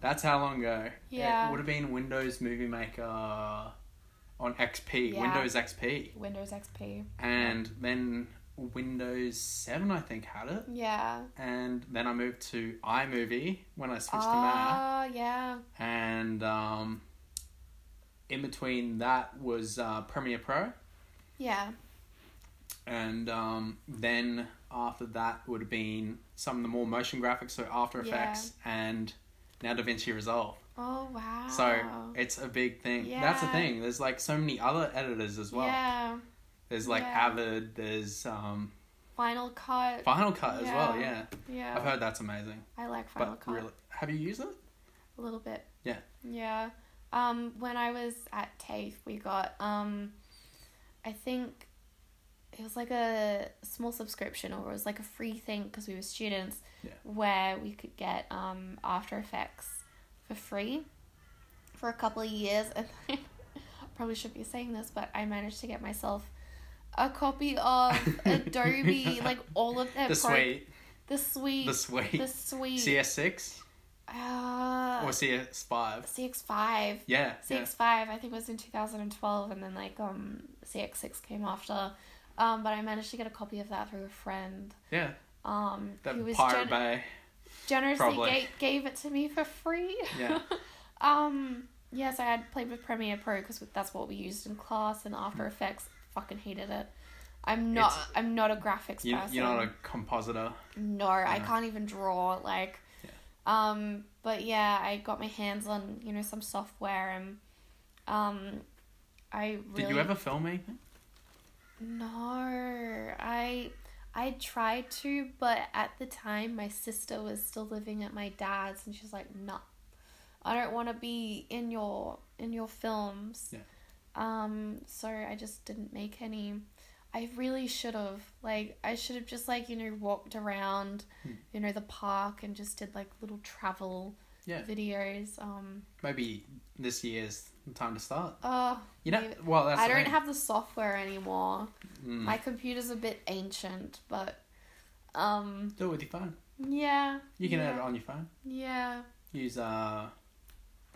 S1: That's how long ago.
S2: Yeah.
S1: It would have been Windows Movie Maker on XP,
S2: Yeah.
S1: Windows XP.
S2: Windows XP.
S1: And then Windows 7 I think had it.
S2: Yeah.
S1: And then I moved to iMovie when I switched to Mac.
S2: Ah, yeah.
S1: And um in between that was uh, Premiere Pro,
S2: Yeah.
S1: and um, then after that would have been some of the more motion graphics, so After
S2: Yeah.
S1: Effects and now DaVinci Resolve.
S2: Oh wow.
S1: So it's a big thing. That's the
S2: Yeah.
S1: thing. There's like so many other editors as well.
S2: Yeah.
S1: There's like
S2: Yeah.
S1: Avid. There's um,
S2: Final cut.
S1: Final Cut as well.
S2: Yeah.
S1: Yeah,
S2: yeah.
S1: I've heard that's amazing.
S2: I like Final
S1: but
S2: Cut
S1: really, have you used it?
S2: a little bit.
S1: Yeah.
S2: Yeah. Um when I was at TAFE we got um I think it was like a small subscription or it was like a free thing because we were students
S1: Yeah.
S2: where we could get um After Effects for free for a couple of years and I probably should be saying this but I managed to get myself a copy of Adobe like all of their
S1: The
S2: pro-
S1: Suite,
S2: the suite
S1: the Suite,
S2: the suite
S1: CS6
S2: uh,
S1: or CS5.
S2: CX5.
S1: Yeah, yeah.
S2: CX5, I think, was in 2012, and then like um CX6 came after. Um, but I managed to get a copy of that through a friend.
S1: yeah.
S2: Um,
S1: That
S2: who was
S1: Pirate
S2: gen-
S1: Bay.
S2: generously
S1: probably.
S2: gave, gave it to me for free.
S1: Yeah.
S2: um, yes, I had played with Premiere Pro because that's what we used in class, and After Effects. Fucking hated it. I'm not.
S1: Hmm. It's-
S2: I'm not a graphics
S1: You,
S2: person.
S1: you're not a compositor.
S2: No, I
S1: Yeah.
S2: can't even draw. Like,
S1: Yeah.
S2: um, but yeah, I got my hands on you know some software and, um, I really
S1: Did you ever film anything?
S2: no. I I tried to, but at the time my sister was still living at my dad's, and she's like, "No, I don't want to be in your in your films."
S1: Yeah.
S2: Um, so I just didn't make any. I really should have. Like, I should have just like you know walked around,
S1: Hmm.
S2: you know, the park and just did like little travel
S1: Yeah.
S2: videos. Um,
S1: Maybe this year's the time to start.
S2: oh,
S1: You know, well, that's
S2: I
S1: the
S2: don't
S1: thing.
S2: have the software anymore.
S1: Mm.
S2: My computer's a bit ancient, but um
S1: Do it with your phone.
S2: yeah.
S1: You can
S2: yeah,
S1: edit on your phone.
S2: Yeah.
S1: Use uh,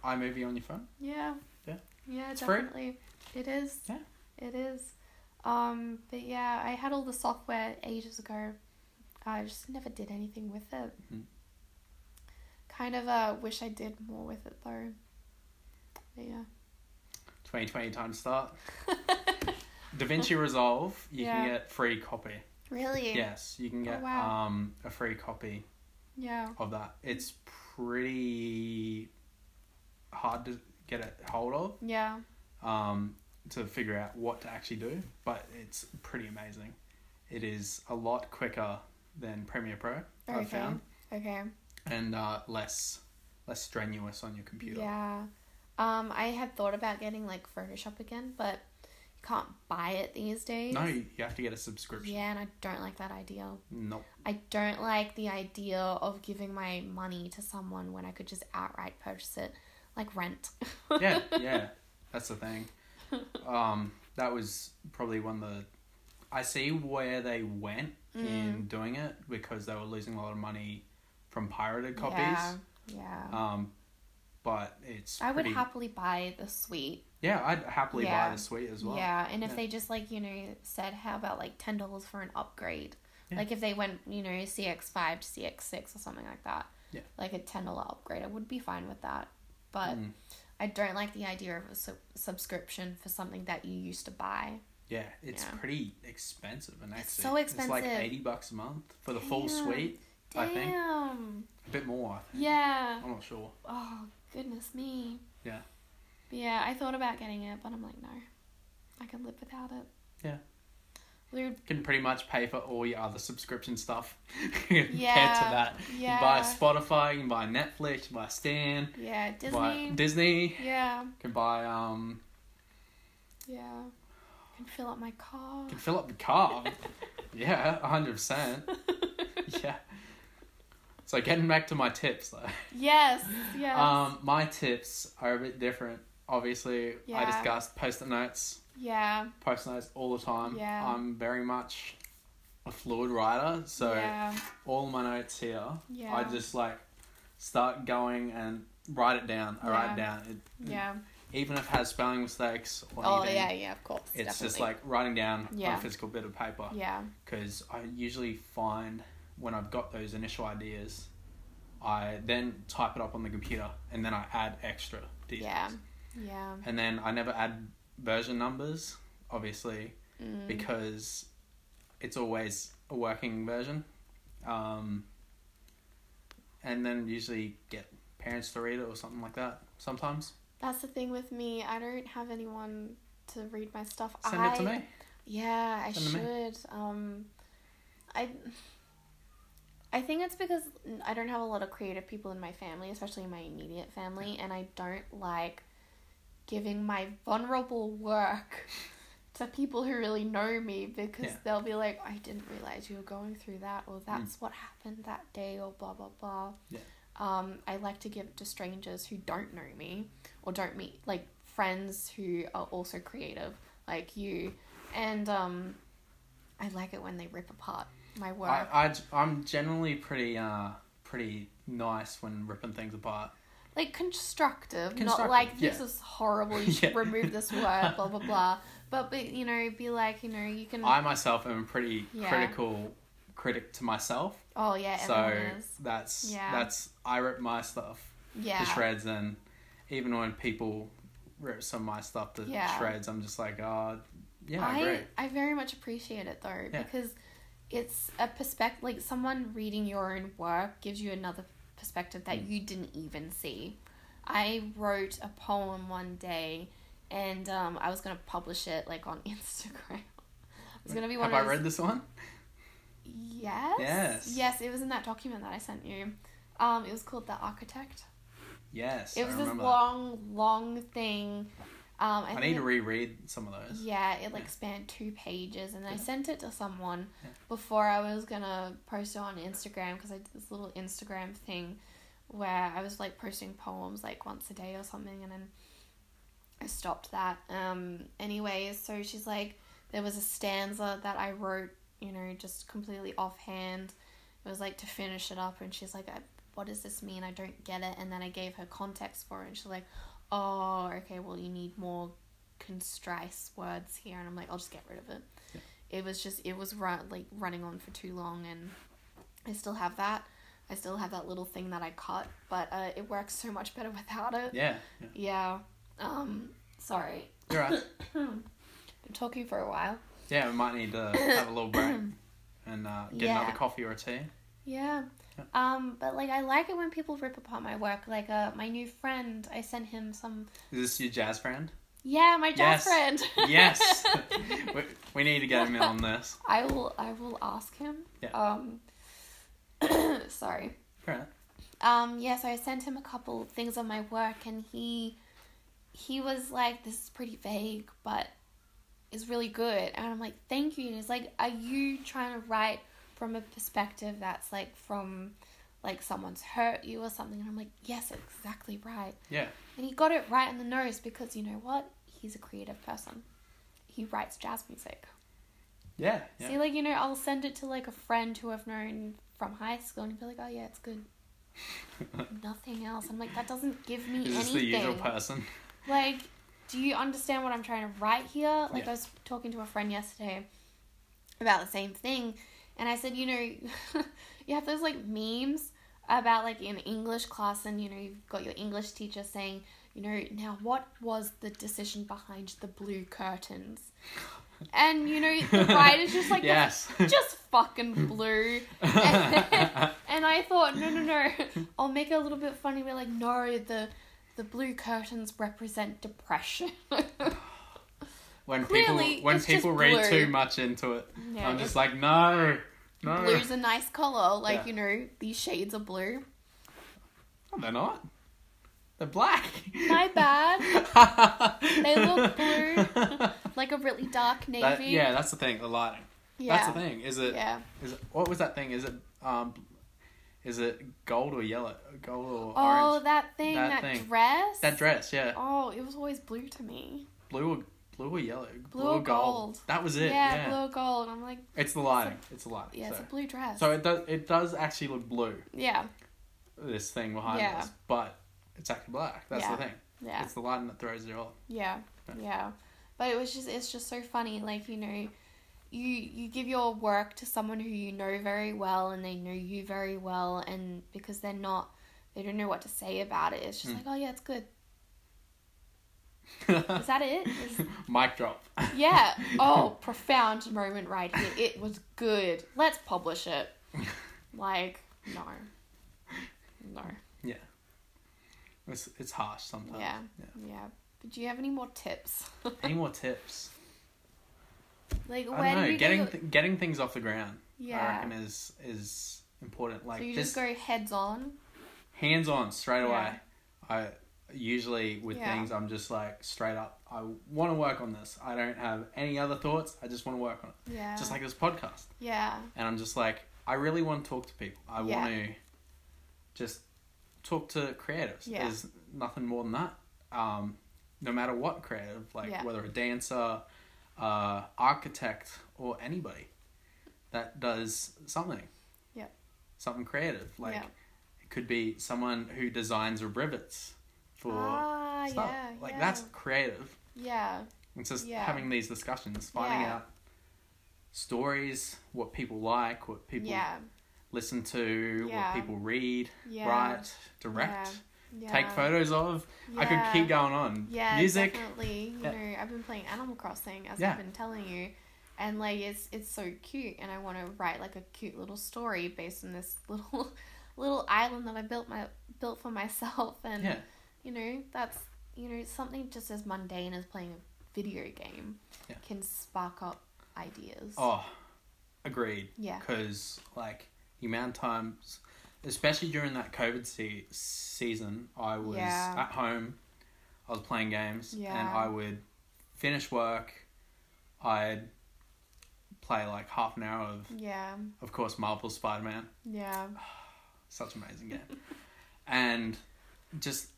S1: iMovie on your phone.
S2: Yeah.
S1: Yeah.
S2: Yeah,
S1: It's free.
S2: definitely. It is.
S1: Yeah.
S2: It is. Um but yeah, I had all the software ages ago. I just never did anything with it.
S1: Mhm.
S2: Kind of uh wish I did more with it though. But yeah.
S1: 2020 time to start. DaVinci Resolve, you can
S2: Yeah.
S1: get free copy.
S2: Really?
S1: Yes, you can get
S2: wow.
S1: um, a free copy
S2: Yeah.
S1: of that. It's pretty hard to get a hold of
S2: Yeah.
S1: um, to figure out what to actually do, but it's pretty amazing. It is a lot quicker than Premiere Pro,
S2: Okay.
S1: I've found,
S2: Okay.
S1: and uh, less less strenuous on your computer.
S2: Yeah. Um, I had thought about getting like Photoshop again, but you can't buy it these days.
S1: No, you you have to get a subscription.
S2: Yeah, and I don't like that idea.
S1: No,
S2: I don't like the idea of giving my money to someone when I could just outright purchase it, like rent.
S1: yeah, yeah, that's the thing. Um, that was probably one of the. I see where they went
S2: Mm-hmm.
S1: in doing it because they were losing a lot of money from pirated copies.
S2: Yeah. yeah.
S1: Um, but it's.
S2: I would
S1: pretty-
S2: happily buy the suite.
S1: Yeah, I'd happily
S2: Yeah.
S1: buy the suite as well.
S2: yeah, and if
S1: Yeah.
S2: they just like you know said how about like ten dollars for an upgrade,
S1: Yeah.
S2: like if they went you know CX five to CX six or something like that,
S1: Yeah.
S2: like a ten dollar upgrade, I would be fine with that. But
S1: Mm.
S2: I don't like the idea of a sub- subscription for something that you used to buy.
S1: Yeah, it's
S2: Yeah.
S1: pretty expensive. And actually,
S2: so
S1: like
S2: expensive.
S1: eighty bucks a month for the full
S2: Damn.
S1: suite. I think.
S2: Damn.
S1: A bit more. I think.
S2: Yeah.
S1: I'm not sure.
S2: Oh goodness me.
S1: Yeah.
S2: But yeah, I thought about getting it, but I'm like, no, I can live without it.
S1: Yeah.
S2: Weird.
S1: You can pretty much pay for all your other subscription stuff compared to
S2: Yeah,
S1: that. You can buy
S2: yeah.
S1: Spotify, you can buy Netflix, you can buy Stan,
S2: Yeah,
S1: you can
S2: Disney.
S1: buy Disney, you
S2: Yeah,
S1: can buy um
S2: yeah. I can fill up my car.
S1: you can fill up the car. yeah, hundred percent. Yeah. So getting back to my tips though.
S2: yes, yes.
S1: Um my tips are a bit different. Obviously I
S2: Yeah.
S1: discussed post-it notes.
S2: yeah,
S1: Post-it notes all the time.
S2: Yeah.
S1: I'm very much a fluid writer, so
S2: yeah,
S1: all my notes here.
S2: Yeah.
S1: I just like start going and write it down. I write it
S2: Yeah.
S1: down. It,
S2: yeah.
S1: Even if it has spelling mistakes or
S2: Oh
S1: anything,
S2: yeah, yeah. Of course.
S1: it's just
S2: definitely.
S1: like writing down on
S2: Yeah.
S1: a physical bit of paper.
S2: yeah,
S1: Because I usually find when I've got those initial ideas, I then type it up on the computer and then I add extra details.
S2: yeah, yeah.
S1: And then I never add version numbers, obviously,
S2: Mm.
S1: because it's always a working version. Um, and then usually get parents to read it or something like that sometimes.
S2: That's the thing with me. I don't have anyone to read my stuff.
S1: Send
S2: I,
S1: it to me.
S2: Yeah, I
S1: Send it to
S2: should. Um, I. I think it's because I don't have a lot of creative people in my family, especially in my immediate family, and I don't like giving my vulnerable work to people who really know me because
S1: Yeah. Mm.
S2: they'll be like, I didn't realize you were going through that, or that's what happened that day, or blah, blah, blah.
S1: Yeah.
S2: Um, I like to give it to strangers who don't know me or don't meet, like friends who are also creative, like you. And um, I like it when they rip apart my work.
S1: I, I, am generally pretty, uh, pretty nice when ripping things apart.
S2: like constructive, not
S1: Constructive,
S2: like this
S1: yeah.
S2: is horrible. You should
S1: Yeah.
S2: remove this word, blah blah blah. But but you know, be like you know you can.
S1: I myself am a pretty
S2: Mm. Yeah.
S1: critical critic to myself.
S2: oh yeah, everyone
S1: so
S2: is.
S1: that's,
S2: Yeah.
S1: that's, I rip my stuff to
S2: Yeah,
S1: shreds and even when people rip some of my stuff to
S2: Yeah.
S1: shreds, I'm just like, oh, yeah,
S2: I
S1: great.
S2: I very much appreciate it though
S1: Yeah.
S2: because it's a perspective. Like someone reading your own work gives you another perspective
S1: Mm.
S2: that you didn't even see. I wrote a poem one day, and um, I was gonna publish it like on Instagram. It's gonna be one
S1: Have
S2: of
S1: I
S2: those
S1: read this one?
S2: Yes.
S1: Yes.
S2: Yes, it was in that document that I sent you. Um, it was called The Architect.
S1: Yes.
S2: It
S1: I
S2: was this
S1: remember that.
S2: long, long thing. Um, I,
S1: I
S2: think
S1: need
S2: it-
S1: to reread some of those.
S2: Yeah, it like
S1: Yeah.
S2: spanned two pages, and I
S1: Yeah.
S2: sent it to someone
S1: Yeah.
S2: before I was gonna post it on Instagram because I did this little Instagram thing where I was like posting poems like once a day or something, and then I stopped that. Um, anyway, so she's like, there was a stanza that I wrote, you know, just completely offhand. It was like to finish it up, and she's like, I, "What does this mean? I don't get it." And then I gave her context for it, and she's like, "Oh, okay. Well, you need more constriced words here." And I'm like, "I'll just get rid of it." It was just it was run, like running on for too long, and I still have that. I still have that little thing that I cut, but uh, it works so much better without it.
S1: Yeah. yeah.
S2: Yeah. Um. Sorry,
S1: You're right.
S2: been talking for a while.
S1: Yeah, we might need to have a little break. and uh, get
S2: Yeah.
S1: another coffee or a tea.
S2: Yeah.
S1: Yeah.
S2: Um, but like I like it when people rip apart my work. Like uh, my new friend, I sent him some.
S1: Is this your jazz friend?
S2: Yeah, my
S1: Yes.
S2: jazz friend.
S1: Yes. we, we need to get him in on this.
S2: I will. I will ask him.
S1: Yeah.
S2: Um. sorry.
S1: All right.
S2: Um. Yeah. So I sent him a couple things of my work, and he, he was like, "This is pretty vague, but is really good." And I'm like, "Thank you." And he's like, "Are you trying to write from a perspective that's like from, like someone's hurt you or something?" And I'm like, "Yes, exactly right."
S1: Yeah.
S2: And he got it right in the nose because you know what? He's a creative person. He writes jazz music.
S1: Yeah. yeah.
S2: See, like, you know, I'll send it to like a friend who I've known from high school and he'll be like, oh, yeah, it's good. Nothing else. I'm like, that doesn't give me
S1: Is this the usual
S2: anything.
S1: person?
S2: like, do you understand what I'm trying to write here? Like,
S1: Yeah.
S2: I was talking to a friend yesterday about the same thing, and I said, you know, you have those like memes about like in English class, and you know, you've got your English teacher saying, you know, now what was the decision behind the blue curtains? And you know, the writer's just like, "That's
S1: yes.
S2: just fucking blue. and I thought, no, no, no, I'll make it a little bit funny. We're like, no, the the blue curtains represent depression.
S1: when
S2: Clearly,
S1: people when
S2: it's just
S1: people read
S2: blue.
S1: too much into it,
S2: Yeah,
S1: I'm
S2: it's-
S1: just like no, no,
S2: Blue's a nice color, like
S1: Yeah.
S2: you know, these shades are blue.
S1: No, they're not. They're black.
S2: My bad.
S1: they
S2: look blue. Like a really dark navy.
S1: yeah, that's the thing. The lighting. That's the thing. Is it?
S2: Yeah.
S1: Is it, what was that thing? Is it um, is it gold or yellow? Gold or
S2: Oh,
S1: orange?
S2: that thing, that,
S1: That thing.
S2: dress.
S1: That dress, yeah,
S2: Oh, it was always blue to me.
S1: blue or blue or yellow, blue,
S2: or
S1: or gold.
S2: gold.
S1: That was it.
S2: yeah,
S1: Yeah,
S2: blue or gold. I'm like,
S1: it's the lighting. It's the lighting.
S2: yeah,
S1: so.
S2: it's a blue dress.
S1: so it does. It does actually look blue.
S2: yeah,
S1: This thing behind
S2: Yeah.
S1: us, but it's actually black. That's
S2: Yeah.
S1: the thing.
S2: yeah.
S1: It's the lighting that throws it off.
S2: Yeah, yeah. But it was just it's just so funny, like, you know, you you give your work to someone who you know very well and they know you very well and because they're not they don't know what to say about it, it's just
S1: Mm.
S2: like, Oh yeah, it's good. Is that it? Is-
S1: Mic drop.
S2: yeah. Oh, profound moment right here. It was good. Let's publish it. Like, no. No.
S1: It's it's harsh sometimes.
S2: Yeah.
S1: yeah.
S2: Yeah. But do you have any more tips?
S1: Any more tips?
S2: like
S1: I don't
S2: when do
S1: know.
S2: you
S1: Getting
S2: go,
S1: th- getting things off the ground. I
S2: Yeah.
S1: reckon is is important. Like
S2: so you
S1: just,
S2: just go heads on.
S1: hands on straight
S2: Yeah.
S1: away. I usually with
S2: Yeah.
S1: things I'm just like straight up. I want to work on this. I don't have any other thoughts. I just want to work on it.
S2: Yeah.
S1: Just like this podcast,
S2: Yeah.
S1: and I'm just like I really want to talk to people. I
S2: Yeah.
S1: want to just talk to creatives.
S2: Yeah.
S1: There's nothing more than that. Um, no matter what creative, like
S2: Yeah.
S1: whether a dancer, uh, architect, or anybody that does something.
S2: Yep.
S1: Something creative, like.
S2: Yeah.
S1: It could be someone who designs rivets for
S2: ah,
S1: stuff.
S2: yeah,
S1: like
S2: yeah.
S1: that's creative.
S2: yeah,
S1: It's just
S2: Yeah.
S1: having these discussions, finding
S2: Yeah.
S1: out stories, what people like, what people
S2: yeah,
S1: listen to,
S2: Yeah.
S1: what people read,
S2: yeah,
S1: write, direct,
S2: yeah,
S1: take photos of. I could keep going on.
S2: Yeah,
S1: Music.
S2: definitely. You
S1: Yeah.
S2: know, I've been playing Animal Crossing as
S1: Yeah.
S2: I've been telling you, and like it's it's so cute, and I want to write like a cute little story based on this little little island that I built my built for myself, and
S1: Yeah.
S2: you know that's you know something just as mundane as playing a video game
S1: Yeah.
S2: can spark up ideas.
S1: Oh, agreed.
S2: yeah,
S1: Because like the amount of times, especially during that COVID se- season, I was
S2: Yeah.
S1: at home. I was playing games, and
S2: Yeah.
S1: I would finish work. I'd play like half an hour of,
S2: yeah,
S1: of course, Marvel Spider Man.
S2: yeah.
S1: Such an amazing game, and just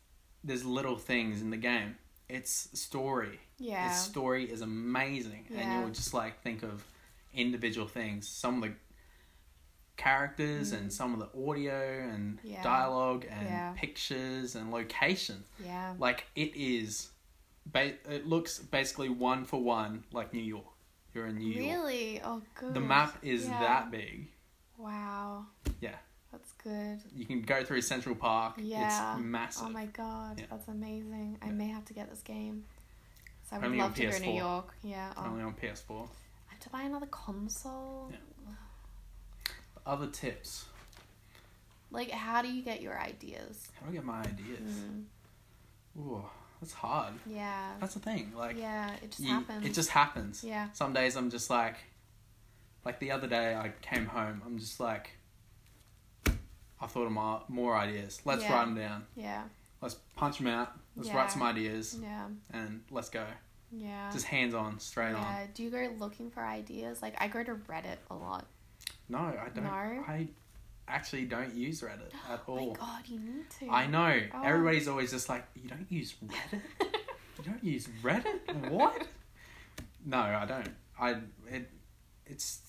S1: there's little things in the game. It's story.
S2: Yeah.
S1: Its story is amazing,
S2: Yeah.
S1: and you'll just like think of individual things, some of the characters and some of the audio and
S2: Mm. Yeah.
S1: dialogue and
S2: Yeah.
S1: pictures and location.
S2: yeah.
S1: Like it is, ba- it looks basically one for one like New York. You're in New York.
S2: Really? Oh, good.
S1: The map is
S2: Yeah.
S1: that big.
S2: Wow.
S1: Yeah.
S2: That's good.
S1: You can go through Central Park.
S2: Yeah.
S1: It's massive.
S2: Oh my god,
S1: Yeah.
S2: that's amazing. I
S1: Yeah.
S2: may have to get this game. So I would
S1: Only on
S2: love to go to
S1: PS4.
S2: New York. Yeah. Oh,
S1: Only on PS4.
S2: I have to buy another console.
S1: other tips?
S2: Like, how do you get your ideas?
S1: How do I get my ideas?
S2: Mm,
S1: Ooh, that's hard.
S2: yeah.
S1: That's the thing. Like,
S2: yeah, it just
S1: you-
S2: happens.
S1: it just happens.
S2: yeah.
S1: Some days I'm just like, like the other day I came home. I'm just like, I thought of my, more ideas. Let's
S2: Yeah.
S1: write them down.
S2: Yeah.
S1: Let's punch them out. Let's
S2: Yeah.
S1: write some ideas
S2: Yeah.
S1: and let's go.
S2: Yeah.
S1: Just hands on, straight on.
S2: yeah. Do you go looking for ideas? Like, I go to Reddit a lot.
S1: No, I don't.
S2: No?
S1: I actually don't use Reddit at
S2: Oh my
S1: all.
S2: god, you need to.
S1: I know.
S2: Oh.
S1: Everybody's always just like, you don't use Reddit. You don't use Reddit? What? No, I don't. I it it's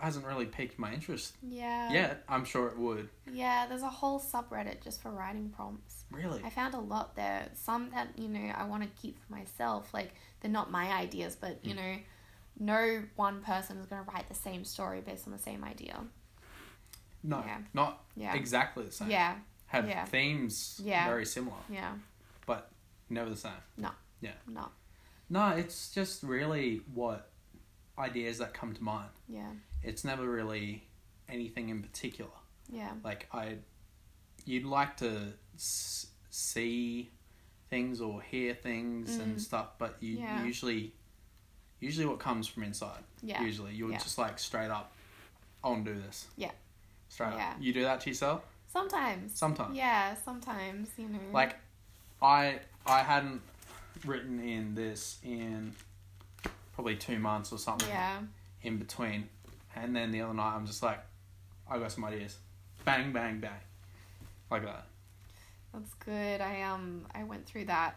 S1: hasn't really piqued my interest
S2: yeah.
S1: yet. I'm sure it would.
S2: Yeah, there's a whole subreddit just for writing prompts.
S1: Really?
S2: I found a lot there. Some that, you know, I want to keep for myself. Like, they're not my ideas, but,
S1: Hmm.
S2: you know, no one person is going to write the same story based on the same idea.
S1: No,
S2: Yeah.
S1: not
S2: Yeah.
S1: exactly the same.
S2: Yeah.
S1: Have
S2: yeah.
S1: themes
S2: Yeah.
S1: very similar,
S2: Yeah.
S1: but never the same.
S2: No.
S1: No, it's just really what ideas that come to mind.
S2: Yeah.
S1: It's never really anything in particular.
S2: Yeah.
S1: like I, you'd like to s- see things or hear things and
S2: Mm.
S1: stuff, but you
S2: Yeah.
S1: usually, usually what comes from inside.
S2: Yeah.
S1: Usually, you're
S2: Yeah.
S1: just like straight up. I want to do this.
S2: Yeah.
S1: Straight
S2: Yeah.
S1: up. You do that to yourself
S2: Sometimes.
S1: sometimes.
S2: Yeah, sometimes, you know.
S1: Like, I I hadn't written in this in probably two months or something
S2: Yeah.
S1: in between, and then the other night I'm just like, I got some ideas, bang bang bang, like that.
S2: That's good. I um I went through that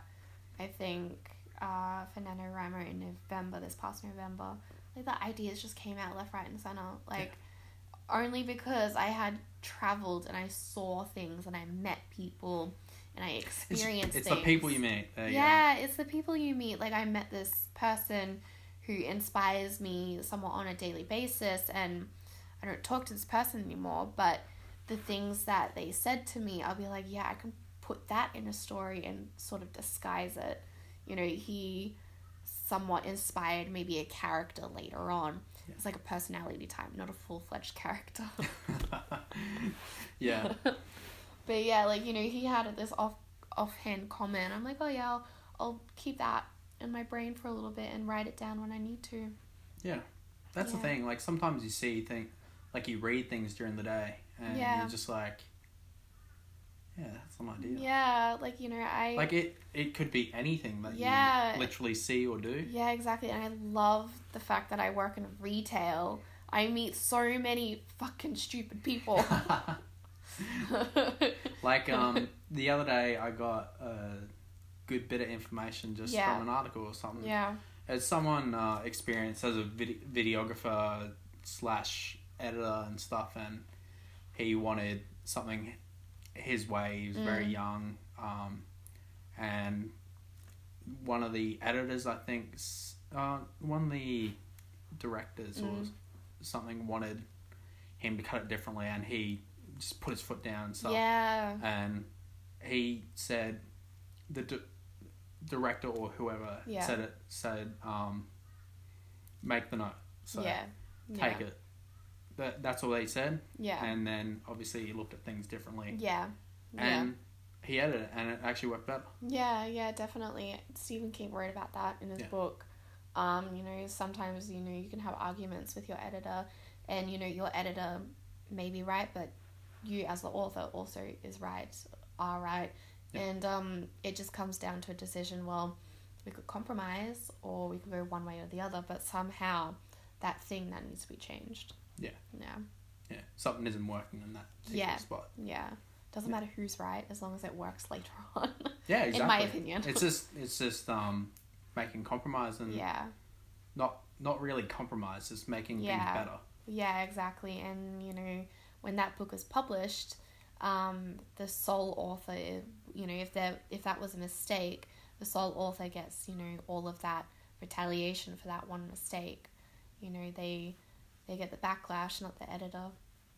S2: I think uh for NaNoWriMo in November, this past November. Like the ideas just came out left, right and center. Like only because I had traveled and I saw things and I met people and I
S1: It's-
S2: experienced
S1: It's
S2: things.
S1: the people you meet. There you
S2: yeah, it's the people you meet. Like I met this person who inspires me somewhat on a daily basis, and I don't talk to this person anymore. But the things that they said to me, I'll be like, yeah, I can put that in a story and sort of disguise it. You know, he somewhat inspired maybe a character later on.
S1: Yeah.
S2: It's like a personality type, not a full fledged character.
S1: go. yeah.
S2: But yeah, like you know, he had this off offhand comment. I'm like, oh yeah, I'll, I'll keep that in my brain for a little bit and write it down when I need to.
S1: That's
S2: Yeah.
S1: the thing. Like sometimes you see things, like you read things during the day, and
S2: Yeah.
S1: you're just like, yeah, that's an idea.
S2: Yeah, like you know, I
S1: Like it, it could be anything that
S2: Yeah.
S1: you literally see or do.
S2: yeah, exactly. And I love the fact that I work in retail. I meet so many fucking stupid people.
S1: like um, the other day, I got a good bit of information just
S2: Yeah.
S1: from an article or something.
S2: yeah,
S1: As someone uh, experienced as a vid- videographer slash editor and stuff, and he wanted something his way. He was very
S2: Mm.
S1: young, um, and one of the editors, I think, s- uh, one of the directors or
S2: Mm.
S1: something wanted him to cut it differently, and he just put his foot down. and stuff
S2: yeah,
S1: and he said the d- director or whoever
S2: Yeah.
S1: said it said um, make the note so
S2: yeah,
S1: take
S2: yeah.
S1: it that, that's all they said
S2: yeah,
S1: and then obviously he looked at things differently
S2: yeah, yeah.
S1: and he edited it and it actually worked better
S2: Yeah, yeah, definitely. Stephen King wrote about that in his
S1: Yeah.
S2: book. Um, you know, sometimes you know you can have arguments with your editor, and you know your editor may be right, but you as the author also is right, are right,
S1: Yeah.
S2: and um, it just comes down to a decision. Well, we could compromise, or we could go one way or the other, but somehow that thing that needs to be changed.
S1: Yeah.
S2: Yeah.
S1: yeah something isn't working in that particular
S2: Yeah.
S1: spot
S2: Yeah. Doesn't
S1: Yeah.
S2: matter who's right as long as it works later on.
S1: yeah exactly
S2: In my opinion.
S1: it's um, just it's just um, making compromise and
S2: yeah.
S1: not not really compromise it's making
S2: Yeah.
S1: things better
S2: Yeah, exactly. And you know, when that book was published, um, the sole author, if- you know, if there if that was a mistake, the sole author gets you know all of that retaliation for that one mistake. You know, they they get the backlash, not the editor.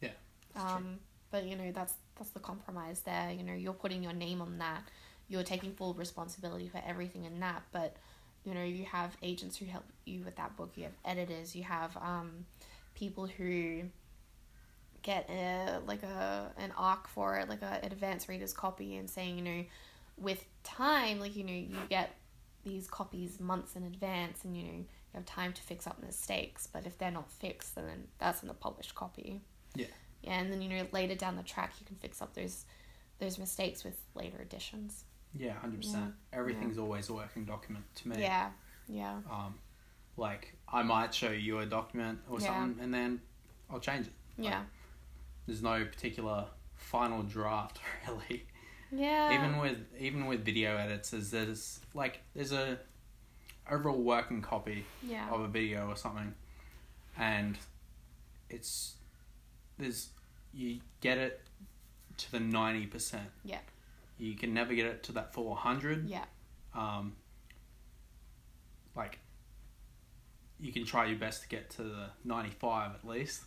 S1: Yeah, that's true.
S2: Um, but you know that's that's the compromise there. You know, you're putting your name on that. You're taking full responsibility for everything in that, but you know you have agents who help you with that book. You have editors. You have um, people who get a like a an arc for it, like a, an advanced reader's copy, and saying you know, with time, like you know, you get these copies months in advance, and you know, you have time to fix up mistakes. But if they're not fixed, then that's in the published copy.
S1: Yeah.
S2: Yeah, and then you know later down the track you can fix up those those mistakes with later editions.
S1: Yeah, hundred percent. Everything's always a working document to me.
S2: Yeah. Yeah.
S1: Um, like I might show you a document or
S2: Yeah.
S1: something, and then I'll change it.
S2: Yeah.
S1: There's no particular final draft really.
S2: Yeah.
S1: even with even with video edits, is there's like there's a overall working copy
S2: yeah.
S1: of a video or something, and it's there's you get it to the ninety percent.
S2: Yeah.
S1: You can never get it to that full hundred.
S2: Yeah.
S1: Um. Like. You can try your best to get to the ninety five at least,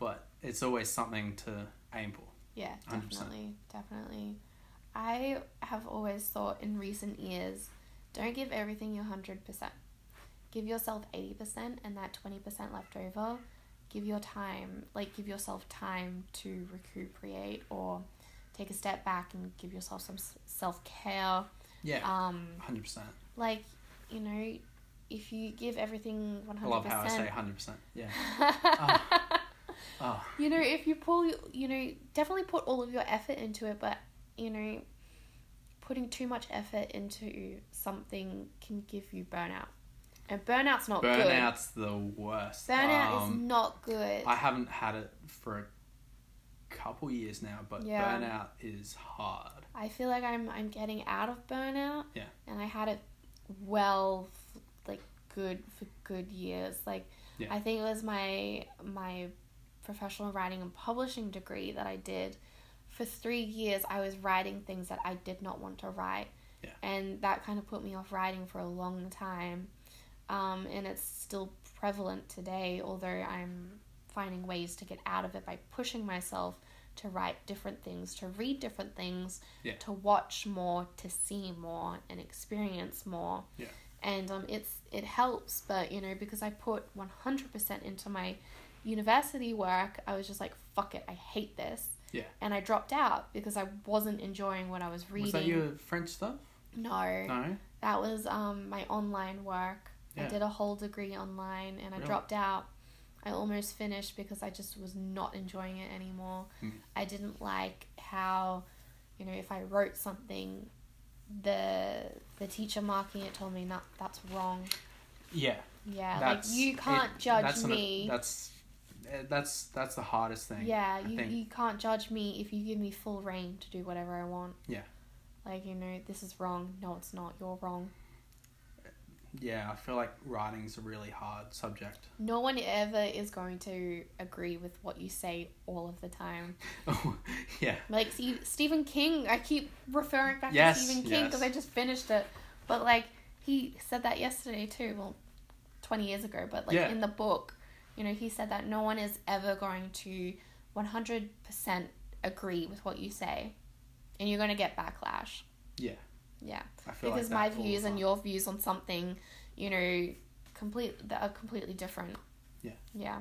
S1: but it's always something to aim for.
S2: Yeah,
S1: 100%.
S2: definitely. Definitely. I have always thought in recent years don't give everything your 100%. Give yourself 80% and that 20% left over. Give your time, like, give yourself time to recuperate or take a step back and give yourself some self care.
S1: Yeah,
S2: Um,
S1: hundred percent.
S2: like, you know, if you give everything 100%.
S1: I love how I say hundred percent. Yeah. Oh.
S2: You know, if you pull, you know, definitely put all of your effort into it, but you know, putting too much effort into something can give you burnout, and burnout's not good.
S1: Burnout's the worst.
S2: Burnout is
S1: Um,
S2: not good.
S1: I haven't had it for a couple years now, but
S2: Yeah.
S1: burnout is hard.
S2: I feel like I'm I'm getting out of burnout.
S1: Yeah.
S2: And I had it well, f- like good for good years. Like
S1: Yeah.
S2: I think it was my my professional writing and publishing degree that I did. For three years, I was writing things that I did not want to write.
S1: Yeah.
S2: And that kind of put me off writing for a long time. Um, and it's still prevalent today, although I'm finding ways to get out of it by pushing myself to write different things, to read different things,
S1: Yeah.
S2: to watch more, to see more, and experience more.
S1: Yeah.
S2: And um, it's it helps, but you know because I put one hundred percent into my university work, I was just like, fuck it, I hate this.
S1: Yeah.
S2: And I dropped out because I wasn't enjoying what I was reading.
S1: Was that your French stuff?
S2: No,
S1: No.
S2: that was um my online work. I
S1: Yeah.
S2: did a whole degree online and I
S1: Really?
S2: dropped out. I almost finished because I just was not enjoying it anymore.
S1: Mm.
S2: I didn't like how, you know, if I wrote something, the the teacher marking it told me not that's wrong.
S1: Yeah.
S2: Yeah,
S1: that's,
S2: like you
S1: it-
S2: can't judge
S1: that's an-
S2: me.
S1: that's eh, that's that's the hardest thing.
S2: yeah,
S1: I
S2: you,
S1: think.
S2: you can't judge me if you give me full reign to do whatever I want.
S1: Yeah.
S2: Like you know, this is wrong. No, it's not. You're wrong.
S1: Yeah, I feel like writing's a really hard subject.
S2: No one ever is going to agree with what you say all of the time.
S1: yeah.
S2: Like see, Stephen King, I keep referring back
S1: Yes,
S2: to Stephen King
S1: yes.
S2: because I just finished it. But like he said that yesterday too. Well, twenty years ago, but like
S1: Yeah.
S2: in the book, you know, he said that no one is ever going to one hundred percent agree with what you say, and you're going to get backlash.
S1: Yeah.
S2: Yeah,
S1: I feel
S2: because
S1: like
S2: my
S1: that all the
S2: views and
S1: time.
S2: your views on something, you know, complete that are completely different.
S1: Yeah.
S2: Yeah.